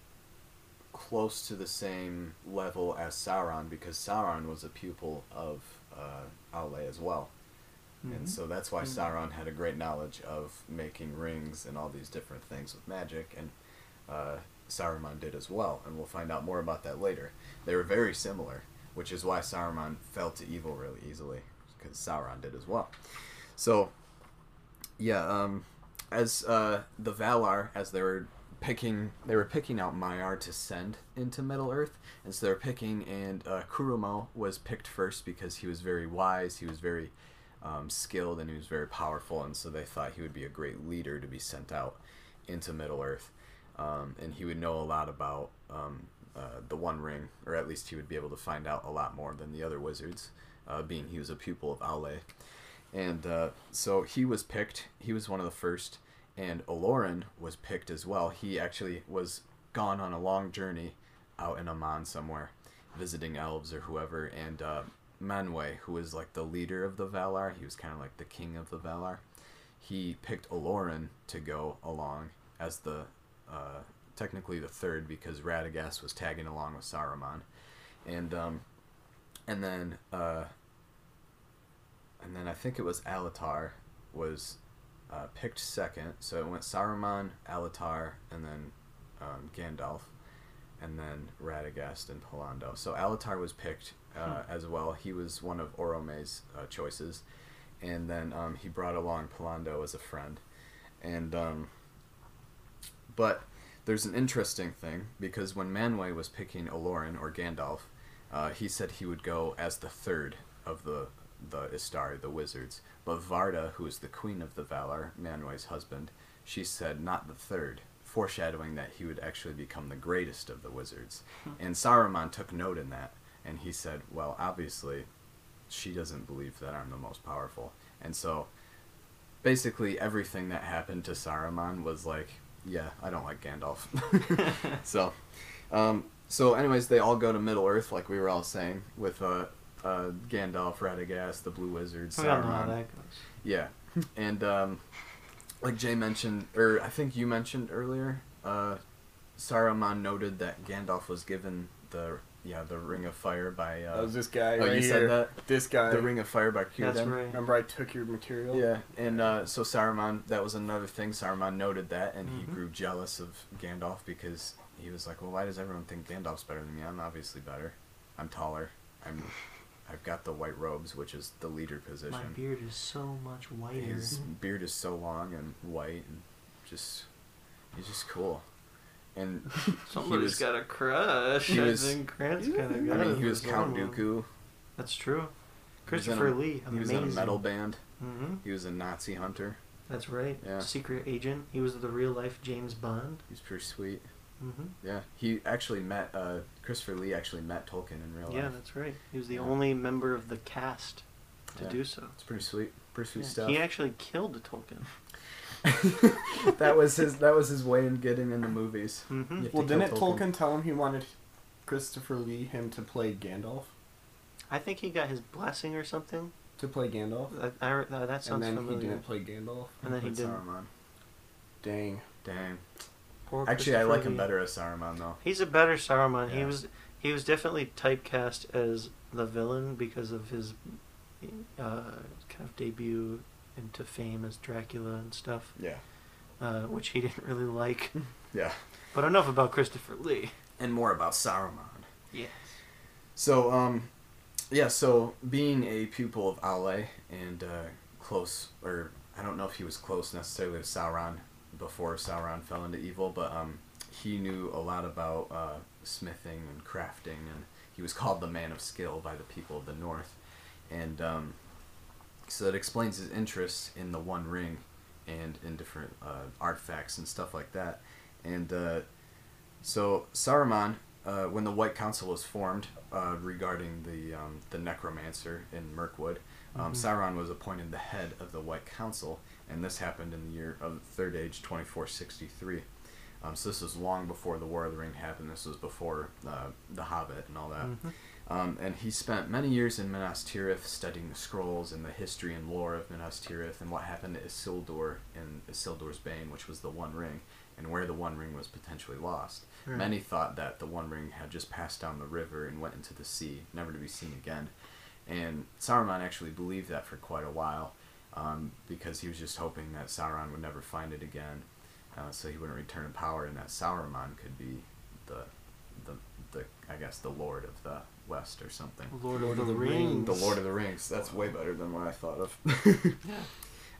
close to the same level as Sauron because Sauron was a pupil of uh, Aule as well, Mm-hmm. and so that's Mm. why Sauron had a great knowledge of making rings and all these different things with magic, and uh, Saruman did as well, and we'll find out more about that later. They were very similar, which is why Saruman fell to evil really easily, because Sauron did as well. So, yeah, um, as uh, the Valar, as they were picking, they were picking out Maiar to send into Middle Earth, and so they were picking, and uh, Kurumo was picked first because he was very wise, he was very um, skilled, and he was very powerful, and so they thought he would be a great leader to be sent out into Middle Earth, um, and he would know a lot about um, uh, the One Ring, or at least he would be able to find out a lot more than the other wizards, uh, being he was a pupil of Aule. And uh, so he was picked. He was one of the first, and Oloran was picked as well. He actually was gone on a long journey out in Amman somewhere, visiting elves or whoever. And uh, Manwe, who was like the leader of the Valar, he was kind of like the king of the Valar he picked Aloran to go along as the uh, technically the third because Radagast was tagging along with Saruman, and um, and then uh, and then I think it was Alatar was uh, picked second, so it went Saruman, Alatar, and then um, Gandalf, and then Radagast and Polando. So Alatar was picked uh, as well. He was one of Orome's uh, choices and then um, he brought along Polando as a friend, and um, but there's an interesting thing because when Manway was picking Aloran or Gandalf, uh, he said he would go as the third of the the Istari, the wizards. But Varda, who is the queen of the Valar, Manway's husband, she said not the third, foreshadowing that he would actually become the greatest of the wizards. And Saruman took note in that, and he said, well, obviously she doesn't believe that I'm the most powerful. And so basically everything that happened to Saruman was like, yeah, I don't like Gandalf. so um, so anyways, they all go to Middle Earth like we were all saying with uh, uh, Gandalf, Radagast, the Blue Wizard, we all know how Saruman. that goes. Yeah, and um, like Jay mentioned, or I think you mentioned earlier, uh, Saruman noted that Gandalf was given the yeah the Ring of Fire by uh, that was this guy oh, right you here. said that? This guy. the Ring of Fire by Círdan. That's right. Remember, I took your material. Yeah, and uh, so Saruman, that was another thing. Saruman noted that, and he Mhm. grew jealous of Gandalf because he was like, "Well, why does everyone think Gandalf's better than me? I'm obviously better. I'm taller. I'm, I've got the white robes, which is the leader position. My beard is so much whiter. His beard is so long and white and just he's just cool. and Somebody's was- got a crush. he was- I think Grant's kind of I got mean it he was with Count someone. Dooku. That's true. He was in Christopher a- Lee, amazing. He was in a metal band. hmm He was a Nazi hunter. That's right. Yeah. Secret agent. He was the real life James Bond. He was pretty sweet. hmm Yeah, he actually met uh, Christopher Lee. Actually met Tolkien in real life. Yeah, that's right. He was the Yeah. only member of the cast to Yeah. do so. It's pretty sweet. Pretty sweet Yeah. stuff. He actually killed Tolkien. that was his. That was his way in getting in the movies. hmm You have Well, to kill didn't Tolkien tell him he wanted Christopher Lee him to play Gandalf? I think he got his blessing or something. To play Gandalf? That, I, uh, that and sounds then familiar. he didn't play Gandalf. And then he Put didn't. Saruman. Dang. Dang. Poor Actually, I Christopher like him Lee. better as Saruman though. He's a better Saruman. He Yeah. was he was definitely typecast as the villain because of his uh, kind of debut into fame as Dracula and stuff, Yeah. uh, which he didn't really like. Yeah. But enough about Christopher Lee. And more about Saruman. Yes. So, um, yeah, so being a pupil of Ale and uh, close, or I don't know if he was close necessarily to Sauron before Sauron fell into evil, but um, he knew a lot about uh, smithing and crafting, and he was called the man of skill by the people of the north. And um, so that explains his interest in the One Ring and in different uh, artifacts and stuff like that. And uh, so Saruman, uh, when the White Council was formed uh, regarding the um, the necromancer in Mirkwood, um, Sauron was appointed the head of the White Council, and this happened in the year of the Third Age, twenty four sixty three. Um, so this was long before the War of the Ring happened. This was before uh, the Hobbit and all that. Um, and he spent many years in Minas Tirith studying the scrolls and the history and lore of Minas Tirith and what happened to Isildur and Isildur's Bane, which was the One Ring, and where the One Ring was potentially lost. Right. Many thought that the One Ring had just passed down the river and went into the sea, never to be seen again. And Saruman actually believed that for quite a while um, because he was just hoping that Sauron would never find it again, uh, so he wouldn't return to power, and that Sauron could be the, the, the I guess the Lord of the West or something. Lord, of, the, Rings. The Lord of the Rings. That's way better than what I thought of. Yeah.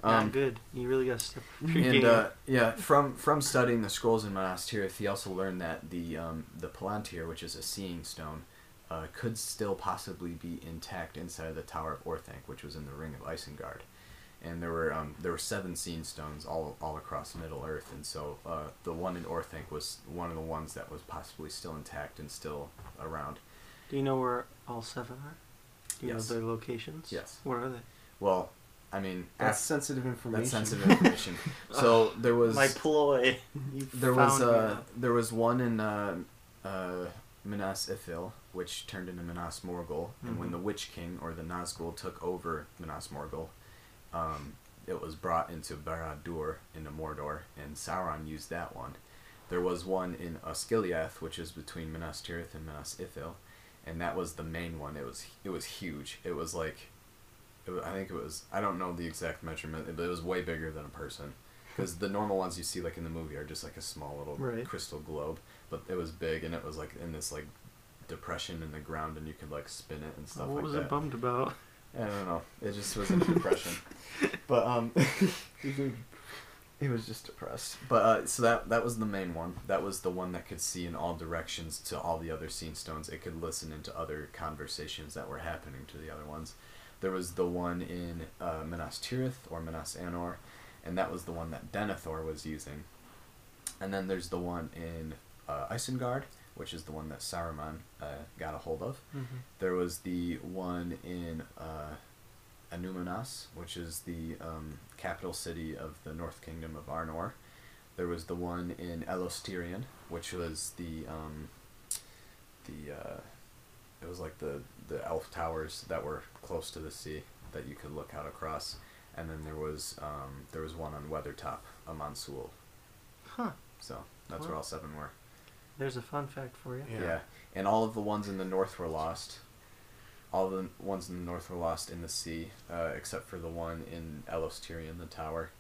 Um, Not good. You really got to step up your and game. uh, yeah, from from studying the scrolls in Minas Tirith, he also learned that the um, the Palantir, which is a seeing stone, uh, could still possibly be intact inside of the Tower of Orthanc, which was in the Ring of Isengard. And there were um, there were seven seeing stones all all across Middle Earth, and so uh, the one in Orthanc was one of the ones that was possibly still intact and still around. Do you know where all seven are? Do you Yes. know their locations? Yes. Where are they? Well, I mean, That's af- sensitive information. that's sensitive information. so there was My ploy. You there was found me uh, now. there was one in uh, uh, Minas Ithil, which turned into Minas Morgul, and when Mhm. the Witch King or the Nazgul took over Minas Morgul, um, it was brought into Barad-dûr into Mordor, and Sauron used that one. There was one in Osgiliath, which is between Minas Tirith and Minas Ithil, and that was the main one. It was it was huge. It was like, it wa- I think it was I don't know the exact measurement, but it was way bigger than a person. Because the normal ones you see like in the movie are just like a small little Right. crystal globe, but it was big and it was like in this like depression in the ground and you could like spin it and stuff What like was that. it bummed about? I don't know. It just was in a depression. but um he was just depressed. But uh, so that that was the main one. That was the one that could see in all directions to all the other scene stones. It could listen into other conversations that were happening to the other ones. There was the one in uh, Minas Tirith or Minas Anor, and that was the one that Denethor was using. And then there's the one in uh, Isengard, which is the one that Saruman uh, got a hold of. Mm-hmm. There was the one in uh, Anumanas, which is the um, capital city of the North Kingdom of Arnor. There was the one in Elostirion, which was the um, the uh, it was like the the elf towers that were close to the sea that you could look out across. And then there was um, there was one on Weathertop, Amansul. Huh. So that's where Wow. all seven were. There's a fun fact for you. Yeah. Yeah. And all of the ones in the north were lost. All the ones in the north were lost in the sea, uh, except for the one in Elostirion, the tower.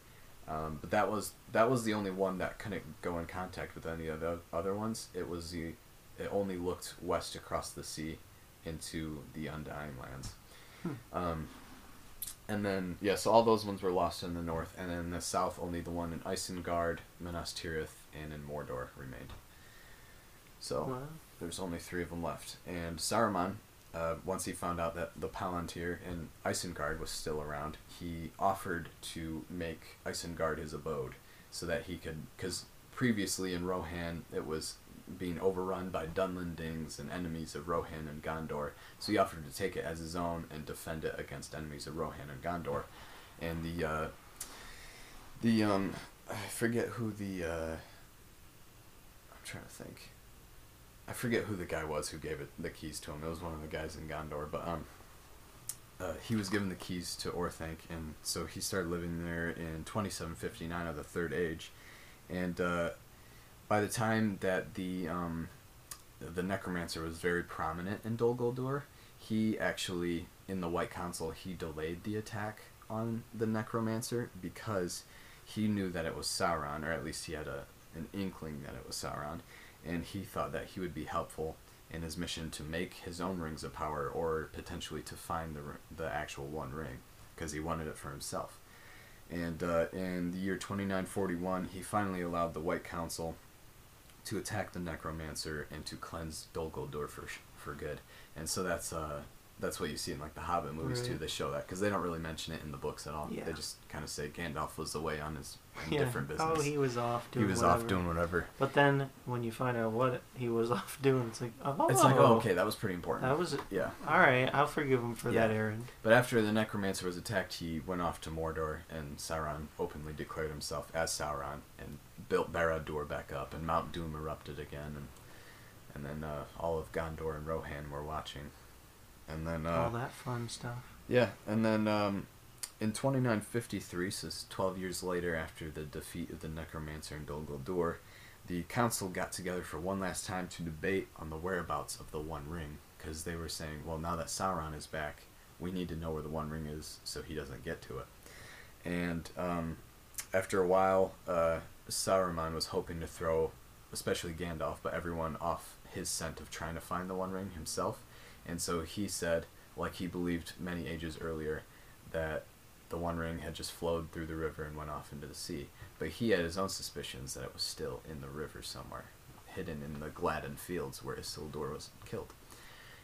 Um, but that was that was the only one that couldn't go in contact with any of the other ones. It was the it only looked west across the sea into the Undying Lands. Um, and then yeah, so all those ones were lost in the north, and then in the south only the one in Isengard, Minas Tirith, and in Mordor remained. So Wow. there's only three of them left. And Saruman, uh, once he found out that the Palantir and Isengard was still around, he offered to make Isengard his abode so that he could. Because previously in Rohan, it was being overrun by Dunlandings and enemies of Rohan and Gondor, so he offered to take it as his own and defend it against enemies of Rohan and Gondor. And the. Uh, the um, I forget who the uh, I'm trying to think. I forget who the guy was who gave it the keys to him. It was one of the guys in Gondor, but um, uh, he was given the keys to Orthanc, and so he started living there in 2759 of the Third Age, and uh, by the time that the um, the necromancer was very prominent in Dol Guldur, he actually in the White Council he delayed the attack on the necromancer because he knew that it was Sauron, or at least he had a an inkling that it was Sauron, and he thought that he would be helpful in his mission to make his own rings of power, or potentially to find the ri- the actual one ring, because he wanted it for himself. And uh, in the year 2941, he finally allowed the White Council to attack the Necromancer and to cleanse Dol Guldur for, sh- for good. And so that's uh, that's what you see in like the Hobbit movies too. Right. They show that because they don't really mention it in the books at all. Yeah. They just kind of say Gandalf was away on his on Yeah. different business. Oh, he was off he doing. was off whatever. doing whatever. But then when you find out what he was off doing, it's like, oh, It's like, oh, okay, that was pretty important. that was all yeah. right. I'll forgive him for that Yeah. errand. But after the Necromancer was attacked, he went off to Mordor, and Sauron openly declared himself as Sauron and built Barad-dûr back up, and Mount Doom erupted again, and and then uh, all of Gondor and Rohan were watching, and then uh, All that fun stuff. yeah, and then um, in 2953, so it's 12 years later after the defeat of the Necromancer in Dol Guldur, the council got together for one last time to debate on the whereabouts of the One Ring, because they were saying, well, now that Sauron is back, we need to know where the One Ring is so he doesn't get to it. And um, after a while, uh, Saruman was hoping to throw, especially Gandalf, but everyone off his scent of trying to find the One Ring himself. And so he said, like he believed many ages earlier, that the One Ring had just flowed through the river and went off into the sea. But he had his own suspicions that it was still in the river somewhere, hidden in the Gladden fields where Isildur was killed.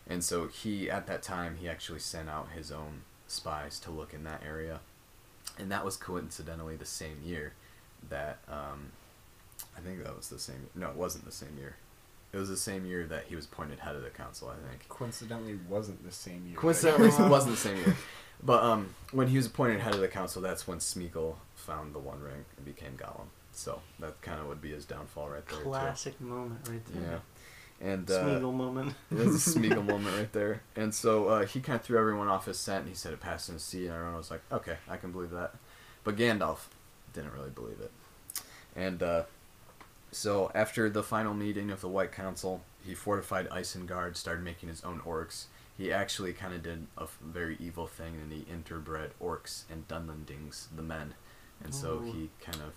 And so he, at that time, he actually sent out his own spies to look in that area. And that was coincidentally the same year that, um, I think that was the same, no, it wasn't the same year. It was the same year that he was appointed head of the council, I think. Coincidentally, wasn't the same year. Coincidentally, it wasn't the same year. But um, when he was appointed head of the council, that's when Smeagol found the One Ring and became Gollum. So that kind of would be his downfall right there. too. Classic moment right Yeah. there. And uh, Smeagol moment. That's a Smeagol moment right there. And so uh, he kind of threw everyone off his scent and he said it passed in the sea, and everyone was like, okay, I can believe that. But Gandalf didn't really believe it. And uh, so after the final meeting of the White Council, he fortified Isengard, started making his own orcs. He actually kind of did a f- very evil thing and he interbred orcs and Dunlandings, the men. And Ooh. so he kind of,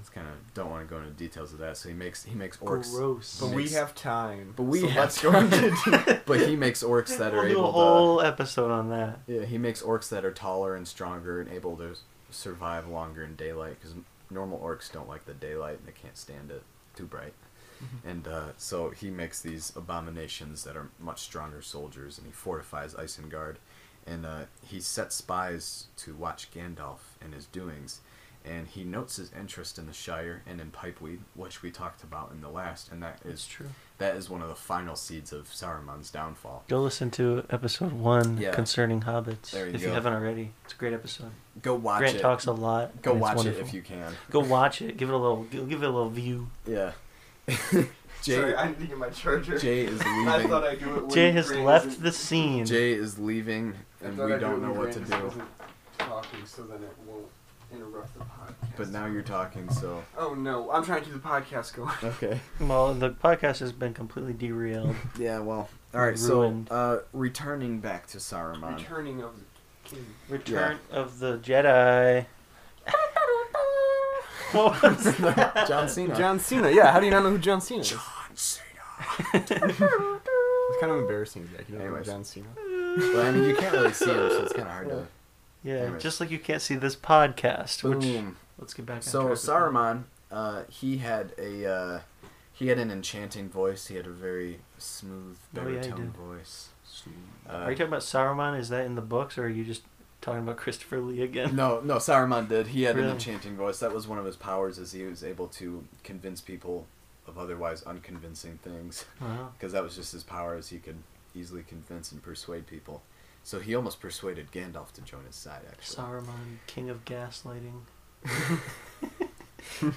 it's kind of don't want to go into details of that. So he makes he makes orcs Gross. But we have time. But we so have let's go time. into but he makes orcs that we'll are do able a whole episode on that. to. Yeah, he makes orcs that are taller and stronger and able to s- survive longer in daylight because normal orcs don't like the daylight and they can't stand it too bright. Mm-hmm. And uh, so he makes these abominations that are much stronger soldiers, and he fortifies Isengard, and uh, he sets spies to watch Gandalf and his doings, and he notes his interest in the Shire and in pipeweed, which we talked about in the last, and that is true. that is one of the final seeds of Saruman's downfall. Go listen to episode one Yeah. concerning hobbits There you if go. you haven't already. It's a great episode. Go watch Grant it. talks a lot. Go and it's watch it wonderful. if you can. Go watch it. Give it a little. Give it a little view. Yeah. Jay Sorry, I need to get my charger. Jay is I thought leaving. I do it. When Jay has Grant left isn't- the scene. Jay is leaving, I and thought we I do it don't know when what to Grant do. isn't Talking so then it won't interrupt the podcast. But now you're talking, so Oh no! I'm trying to keep the podcast going. okay. Well, the podcast has been completely derailed. Yeah. Well. All right. Ruined. So, uh, returning back to Saruman. Returning of the king. Return of the Jedi. what was that? John Cena. John Cena. Yeah, how do you not know who John Cena is? John Cena. it's kind of embarrassing, Jack. You don't know Anyways. John Cena. Well, I mean, you can't really see him, so it's kind of hard to. Yeah, Anyways. just like you can't see this podcast. Which Boom. let's get back. on So track with that. Saruman, uh, he had a uh, He had an enchanting voice. He had a very smooth Oh, yeah, he baritone did. voice. Are Uh, you talking about Saruman? Is that in the books, or are you just talking about Christopher Lee again? no, no, Saruman did. He had Really? an enchanting voice. That was one of his powers, is he was able to convince people of otherwise unconvincing things. Wow. because that was just his power is he could easily convince and persuade people so he almost persuaded gandalf to join his side actually Saruman, king of gaslighting.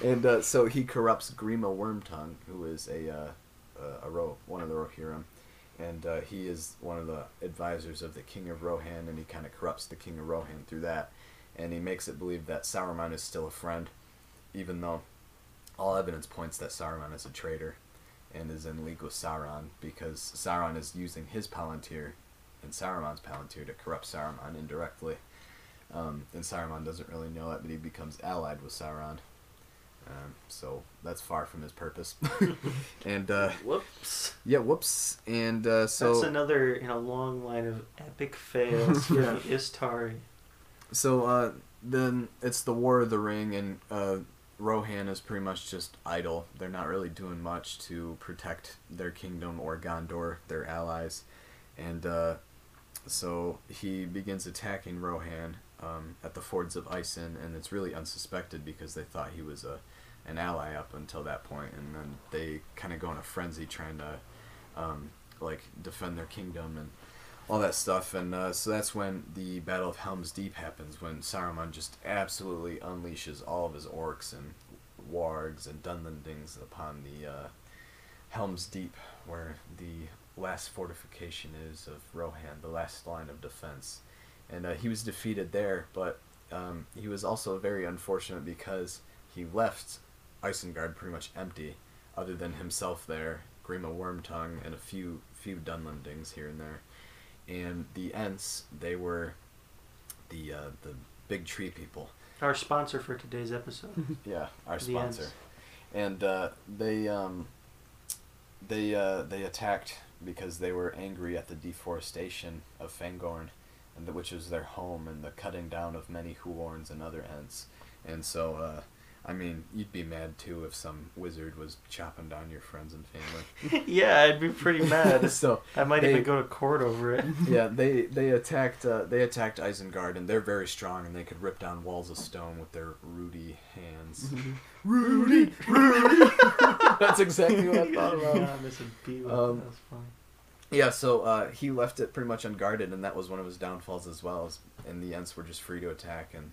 and uh, so he corrupts grima wormtongue who is a uh, uh, a Ro- one of the rohirrim and uh, he is one of the advisors of the king of rohan and he kind of corrupts the king of rohan through that and he makes it believe that saruman is still a friend even though all evidence points that saruman is a traitor and is in league with Sauron because Sauron is using his Palantir and Saruman's Palantir to corrupt Saruman indirectly. Um, and Saruman doesn't really know it, but he becomes allied with Sauron. Um, so that's far from his purpose. and uh, Whoops. yeah, whoops. And uh, so That's another in a long line of epic fails for the Istari. So uh, then it's the War of the Ring, and uh, Rohan is pretty much just idle. They're not really doing much to protect their kingdom or Gondor, their allies. And uh, so he begins attacking Rohan um, at the fords of Isen, and it's really unsuspected because they thought he was a an ally up until that point, and then they kind of go in a frenzy trying to um, like defend their kingdom and all that stuff. And uh, so that's when the Battle of Helm's Deep happens, when Saruman just absolutely unleashes all of his orcs and wargs and dunlandings upon the uh, Helm's Deep, where the last fortification is of Rohan, the last line of defense. And uh, he was defeated there, but um, he was also very unfortunate because he left Isengard pretty much empty, other than himself there, Grima Wormtongue, and a few few Dunlandings here and there and the Ents, they were the uh, the big tree people. Our sponsor for today's episode. Yeah, our The sponsor. Ents. And uh, they um, they uh, they attacked because they were angry at the deforestation of Fangorn, and the, which was their home, and the cutting down of many Huorns and other Ents. And so, uh, I mean, you'd be mad too if some wizard was chopping down your friends and family. yeah, I'd be pretty mad. so I might They- even go to court over it. yeah, they they attacked uh, they attacked Isengard, and they're very strong, and they could rip down walls of stone with their rooty hands. Rudy, Rudy. That's exactly what I thought about. Yeah, that's a B word. Um, That's funny. Yeah, so uh, he left it pretty much unguarded, and that was one of his downfalls as well. is- And the Ents were just free to attack, and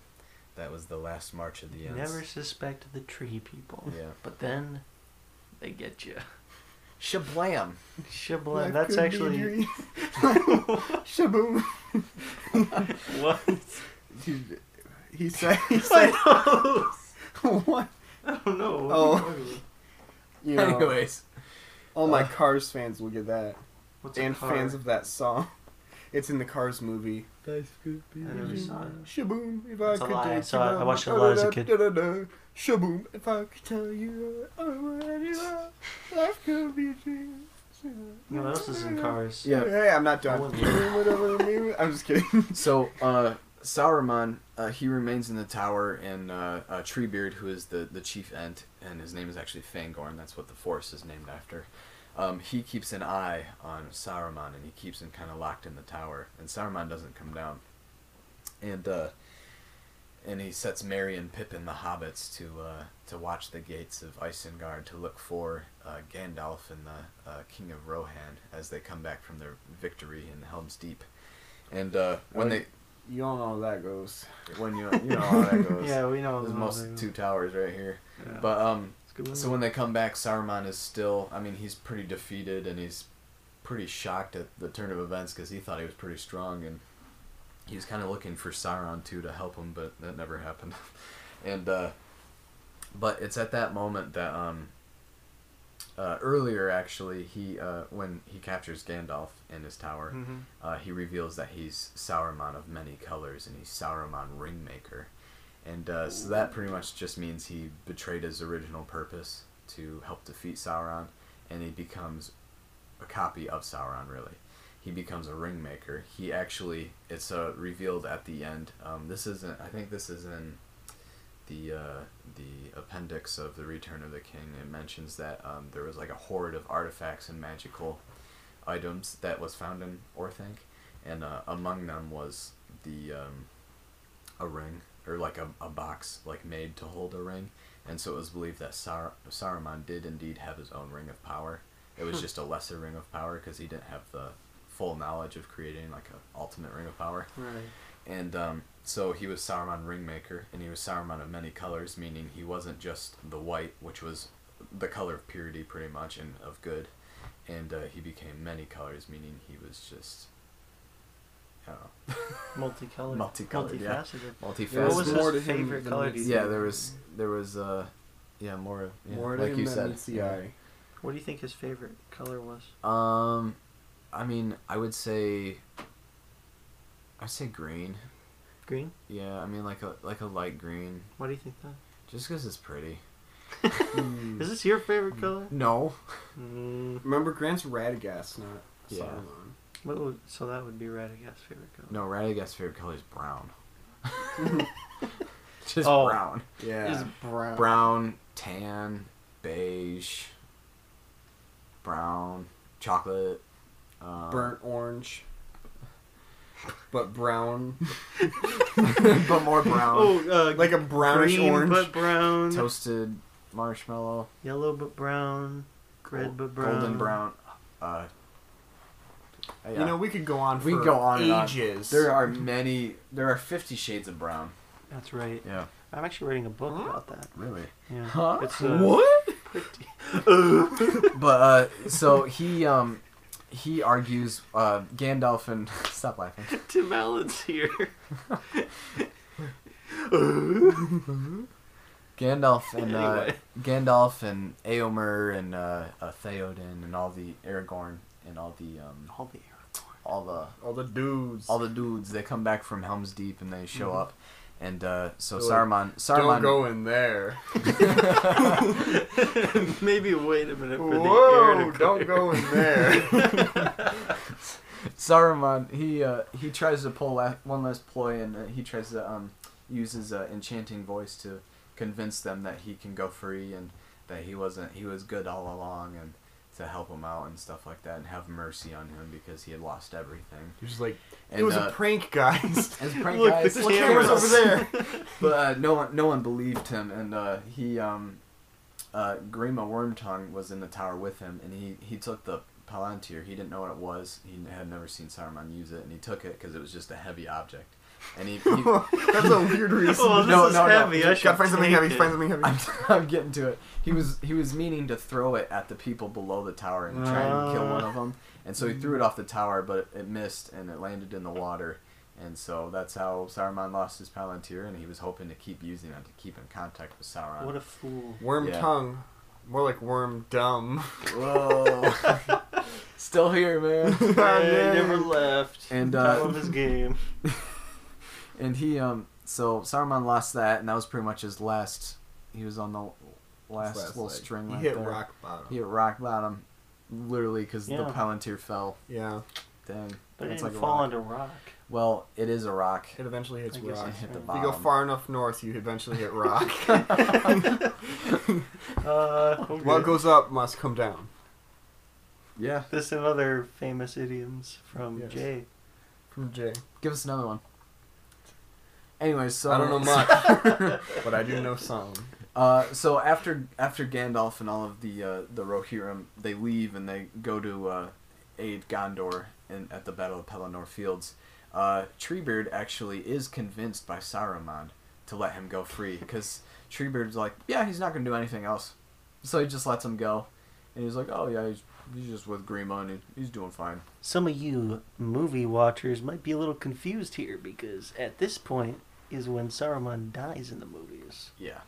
that was the last march of the Ents. Never suspect the tree people. Yeah. But then they get you. Shablam. Shibboleth. That's actually Shaboom. what. Dude, he said. He I said know. what? I don't know. What Oh. are you talking about? You know, Anyways, all my Cars fans will get that, What's and a car? fans of that song. It's in the Cars movie. I Mm-hmm. never saw it. Shaboom, if That's a I could lie. I take saw you it. I out, watched it a lot as a kid. da-da-da-da-da. Shaboom, if I could tell you, I would anyway. Life could be a dream. No, that was in cars. Yeah. Hey, I'm not done. I wouldn't. I'm just kidding. so uh, Sauron, uh, he remains in the tower, and uh, uh, Treebeard, who is the, the chief ent, and his name is actually Fangorn. That's what the forest is named after. Um, he keeps an eye on Saruman, and he keeps him kind of locked in the tower. And Saruman doesn't come down, and uh, and he sets Merry and Pippin, the hobbits, to uh, to watch the gates of Isengard to look for uh, Gandalf and the uh, King of Rohan as they come back from their victory in Helm's Deep. And uh, when they You all know how that goes. when you you know how that goes. Yeah, we know. There's the most movie. two towers right here. Yeah. But um, It's a good so movie. when they come back, Saruman is still. I mean, he's pretty defeated and he's pretty shocked at the turn of events because he thought he was pretty strong and he's kind of looking for Sauron too to help him, but that never happened. and uh, but it's at that moment that um. Uh, earlier, actually, he uh, when he captures Gandalf in his tower, Mhm. uh, he reveals that he's Sauron of many colors and he's Sauron Ringmaker. And uh, so that pretty much just means he betrayed his original purpose to help defeat Sauron, and he becomes a copy of Sauron, really. He becomes a ringmaker. He actually, it's uh, revealed at the end. Um, this isn't, I think this is in the uh, the appendix of the Return of the King, it mentions that um, there was like a hoard of artifacts and magical items that was found in Orthanc, and uh, among them was the um, a ring or like a, a box like made to hold a ring, and so it was believed that Sar- Saruman did indeed have his own ring of power. It was just a lesser ring of power because he didn't have the full knowledge of creating like an ultimate ring of power. Right. And um, so he was Saruman Ringmaker, and he was Saruman of many colors, meaning he wasn't just the white, which was the color of purity, pretty much, and of good. And uh, he became many colors, meaning he was just, I don't know, Multicolored. Multicolored, yeah. Multifaceted. What multifaceted. There's was more to his him favorite than color? Do meets you yeah, think? there was there was uh, yeah more yeah, More like to you him than said meets the eye. What do you think his favorite color was? Um, I mean, I would say, I'd say green. Green. Yeah, I mean like a like a light green, Why do you think that? just because it's pretty. Hmm. Is this your favorite color? No. Mm, Remember, Grant's Radagast, not Yeah. Saruman. what would, so that would be Radagast's favorite color. No, Radagast's favorite color is brown. Just Oh. brown. Yeah. Is brown. Brown, tan, beige, brown, chocolate, um, burnt orange, but brown, but more brown. Oh, uh, like a brownish green orange. but brown. Toasted marshmallow, Yellow but brown. Red gol- but brown. golden brown. Uh, yeah. You know, we could go on. For we can go on and on. ages. There are many. There are fifty shades of brown. That's right. Yeah, I'm actually writing a book about that. really. Yeah. Huh? It's uh, Pretty. but uh, so he um he argues uh Gandalf and stop laughing. Tim Allen's here. Gandalf and Anyway. uh, Gandalf and Eomer and uh, uh, Theoden and all the Aragorn and all the um All the all the all the dudes. all the dudes they come back from Helm's Deep and they show up and uh so Mm-hmm. They're like, Saruman Saruman don't go in there. Maybe wait a minute for the air Whoa! to Don't clear. go in there. Saruman he uh he tries to pull la- one last ploy and uh, he tries to um use his uh, enchanting voice to convince them that he can go free and that he wasn't he was good all along and to help him out and stuff like that and have mercy on him because he had lost everything. You're just like And, it was uh, a prank, guys. As a prank Look, guys, the look, camera's camera's over over there. but uh, no one, no one believed him, and uh, he, um, uh, Grima Wormtongue was in the tower with him, and he he took the palantir. He didn't know what it was. He had never seen Saruman use it, and he took it because it was just a heavy object. And he, he That's a weird reason. Oh, this No, is no, no. heavy. I should God, find something take heavy. it. Find something heavy. I'm, I'm getting to it. He was he was meaning to throw it at the people below the tower and try and kill one of them, and so he threw it off the tower, but it, it missed and it landed in the water, and so that's how Saruman lost his palantir, and he was hoping to keep using it to keep in Oh, contact with Sauron. What a fool. Worm Yeah. tongue, more like worm dumb. Whoa! Still here, man. I never left. And Top uh, of his game. and he um so Saruman lost that, and that was pretty much his last. He was on the last, Last little leg. string. He right hit there. rock bottom. He hit rock bottom, literally, because Yeah. the palantir fell. Yeah, Dang. But it didn't That's like a fall rock. under rock. Well, it is a rock. it eventually hits I guess rock. It hit the You If you go bottom. far enough north, you eventually hit rock. Uh, okay. what goes up must come down. Yeah. This and other famous idioms from Yes. Jay. From Jay. Give us another one. Anyway, so I don't know much, but I do know some. Uh, so after after Gandalf and all of the uh, the Rohirrim, they leave and they go to uh, aid Gondor in, at the Battle of Pelennor Fields. Uh, Treebeard actually is convinced by Saruman to let him go free because Treebeard's like, yeah, he's not gonna do anything else, so he just lets him go, and he's like, oh yeah, he's, he's just with Grima and he, he's doing fine. Some of you movie watchers might be a little confused here because at this point is when Saruman dies in the movies. Yeah,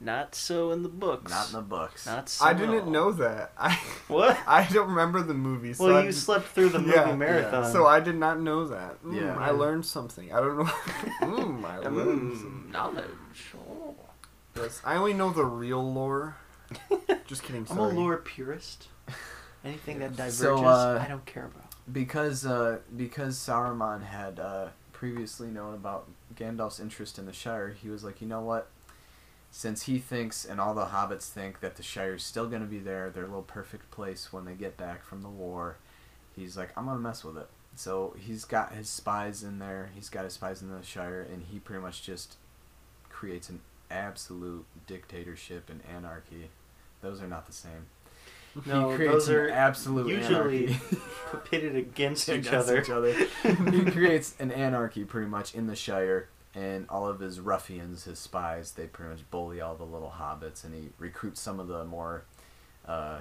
Not so in the books. not in the books. Not so I at all. didn't know that. I What? I don't remember the movie. So well, I you did- slept through the movie yeah, yeah. marathon. So I did not know that. Mm, Yeah. I learned something. I don't know. mm, I learned something. knowledge. Yes, I only know the real lore. Just kidding. I'm Sorry. a lore purist. Anything that diverges, So, uh, I don't care about. because uh, because Saruman had uh, previously known about Gandalf's interest in the Shire, he was like, you know what? since he thinks and all the hobbits think that the Shire's still going to be there, their little perfect place when they get back from the war, he's like, I'm going to mess with it. So he's got his spies in there, he's got his spies in the Shire, and he pretty much just creates an absolute dictatorship and anarchy. Those are not the same. No, he creates those are an absolute usually anarchy. pitted against each against other. each other. he creates an anarchy pretty much in the Shire, and all of his ruffians, his spies, they pretty much bully all the little hobbits, and he recruits some of the more uh,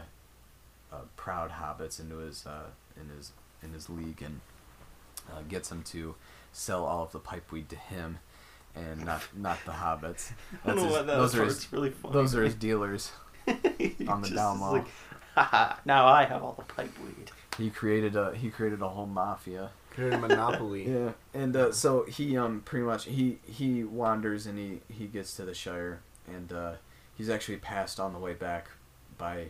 uh, proud hobbits into his uh, in his in his league, and uh, gets them to sell all of the pipeweed to him. And not not the hobbits. I don't know That's why that his- those are part's his, really funny. those are his dealers. He on the just down is low. Like, Haha, now I have all the pipeweed. He created a he created a whole mafia. Create a monopoly. Yeah, and uh, so he um pretty much he he wanders and he he gets to the Shire and uh, he's actually passed on the way back by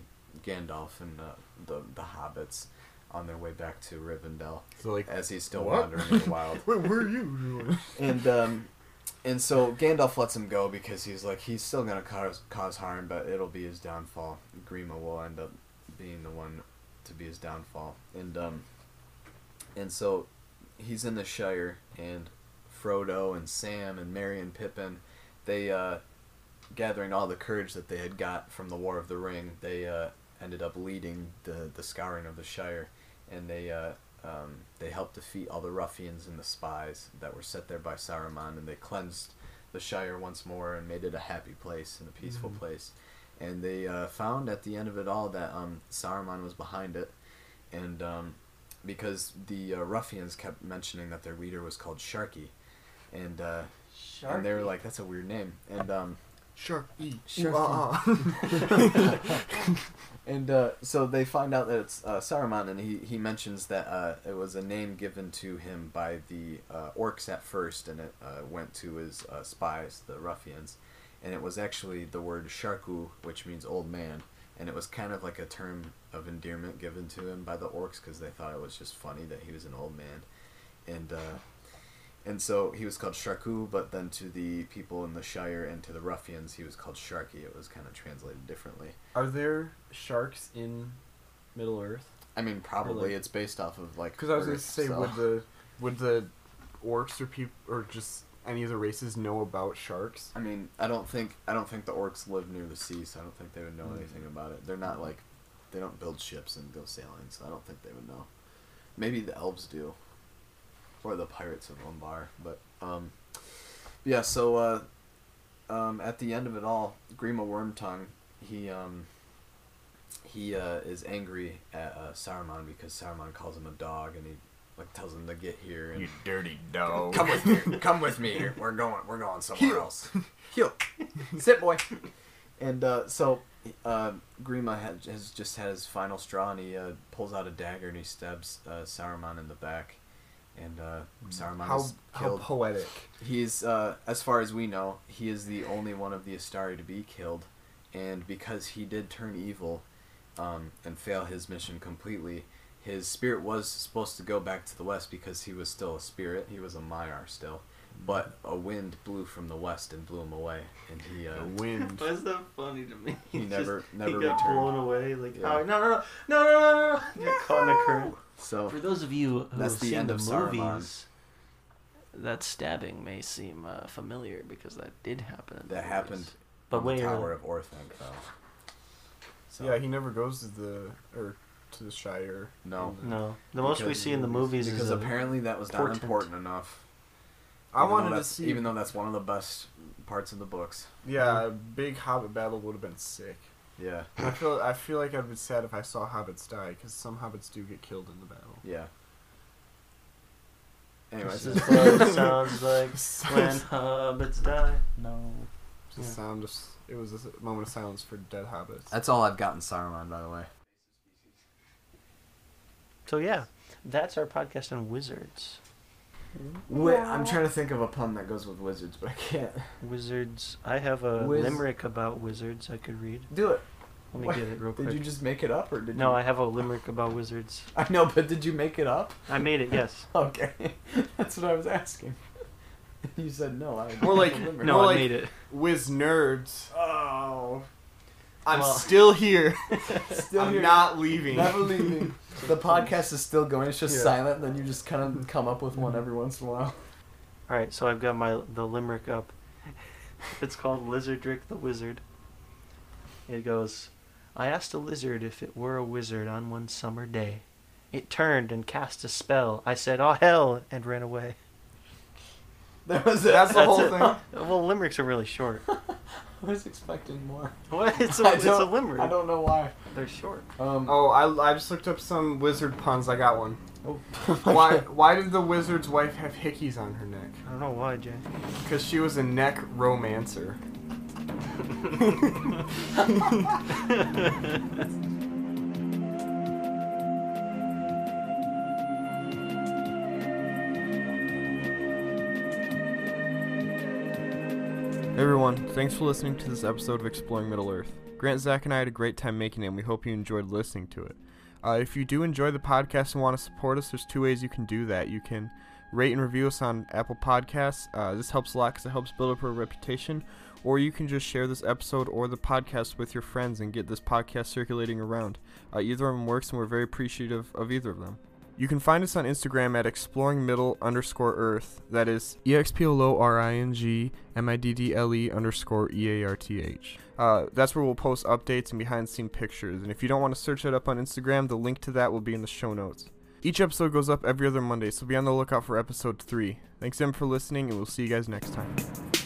Gandalf and uh, the the hobbits on their way back to Rivendell So like, as he's still What? wandering in the wild. wait, where are you going? and um and so Gandalf lets him go because he's like he's still gonna cause cause harm, but it'll be his downfall. Grima will end up being the one to be his downfall, and um and so he's in the Shire, and Frodo and Sam and Merry and Pippin, they uh, gathering all the courage that they had got from the War of the Ring, they uh, ended up leading the the scouring of the Shire, and they uh, um, they helped defeat all the ruffians and the spies that were set there by Saruman, and they cleansed the Shire once more and made it a happy place and a peaceful place. And they uh, found at the end of it all that um, Saruman was behind it, and um, because the uh, ruffians kept mentioning that their leader was called Sharky, and uh, and they were Sharky. like, "That's a weird name," and um, Shark E. Shark uh-uh. and uh, so they find out that it's uh, Saruman, and he, he mentions that uh, it was a name given to him by the uh, orcs at first, and it uh, went to his uh, spies, the ruffians, and it was actually the word Sharku, which means old man, and it was kind of like a term of endearment given to him by the orcs because they thought it was just funny that he was an old man, and. Uh, and so he was called Sharku, but then to the people in the Shire and to the ruffians, he was called Sharky. It was kind of translated differently. Are there sharks in Middle Earth? I mean, probably like- it's based off of like. Because I was going Earth, to say, so- would the would the orcs or people or just any of the races know about sharks? I mean, I don't think I don't think the orcs live near the sea, so I don't think they would know Hmm. anything about it. They're not like, they don't build ships and go sailing, so I don't think they would know. Maybe the elves do, or the pirates of Umbar. But um, yeah. So uh, um, at the end of it all, Grima Wormtongue, he um, he uh, is angry at uh, Saruman because Saruman calls him a dog, and he like tells him to get here. And, dirty dog. Come with me. Come with me. here. We're going. We're going somewhere Heel. else. Heel. Sit, boy. And uh, so uh, Grima had, has just had his final straw, and he uh, pulls out a dagger and he stabs uh, Saruman in the back. And uh, Saruman How is how killed. poetic. He's, uh, as far as we know, he is the only one of the Astari to be killed, and because he did turn evil um, and fail his mission completely, his spirit was supposed to go back to the west because he was still a spirit. He was a Maiar still, but a wind blew from the west and blew him away, and he uh, The wind. Why is that funny to me? He Just- never- he never got returned. blown away. Like, Yeah. oh, no, no, no, no, no, no, no, Got caught in a current. so For those of you who That's have the seen end the of movies, Saruman. that stabbing may seem uh, familiar because that did happen. In the that movies. happened. But on way the Tower earlier. of Orthanc fell. So, Yeah, he never goes to the or to the Shire. No. And- No, the most we Because- see in the movies because is a- apparently that was not portent. important enough. I Even though wanted to that's- see. even though that's one of the best parts of the books. yeah, a big Hobbit battle would have been sick. Yeah, I feel I feel like I'd be sad if I saw hobbits die because some hobbits do get killed in the battle. yeah. This Anyways, is what it sounds like when Sounds- hobbits die. No. Just Yeah. sound of, s- it was a s- moment of silence for dead hobbits. that's all I've gotten Saruman, by the way. So yeah, that's our podcast on wizards. Wait, I'm trying to think of a pun that goes with wizards, but I can't. Wizards. I have a Wiz- limerick about wizards I could read. Do it. Let me What? get it real quick. Did you just make it up, or did No, you? I have a limerick about wizards. I know, but did you make it up? I made it. Yes. Okay, that's what I was asking. you said no. I More like- remember. No, More I like- made it. Wiz nerds. Oh, I'm Well- still here. Still I'm here. not leaving. Never leaving. The podcast is still going. It's just Yeah. silent. and Then you just kind of come up with one every once in a while. All right, so I've got my the limerick up. It's called Lizardrick the Wizard. It goes, I asked a lizard if it were a wizard on one summer day. It turned and cast a spell. I said, "Oh hell!" and ran away. That was it. That's the whole it. thing. Uh, Well, limericks are really short. I was expecting more. What? It's I a, it's a don't- limerick. I don't know why. They're short. Um, Oh, I, I just looked up some wizard puns. I got one. oh. Why Why did the wizard's wife have hickeys on her neck? I don't know why, Jay. Because she was a neck romancer. Hey everyone, thanks for listening to this episode of Exploring Middle Earth. Grant, Zach, and I had a great time making it, and we hope you enjoyed listening to it. Uh, if you do enjoy the podcast and want to support us, there's two ways you can do that. You can rate and review us on Apple Podcasts. Uh, this helps a lot because it helps build up our reputation. Or you can just share this episode or the podcast with your friends and get this podcast circulating around. Uh, either of them works, and we're very appreciative of either of them. You can find us on Instagram at exploring middle underscore earth. That is E X P L O R I N G M I D D L E underscore E A R T H. Uh, that's where we'll post updates and behind the scene pictures. And if you don't want to search it up on Instagram, the link to that will be in the show notes. Each episode goes up every other Monday, so be on the lookout for episode 3. Thanks again for listening, and we'll see you guys next time.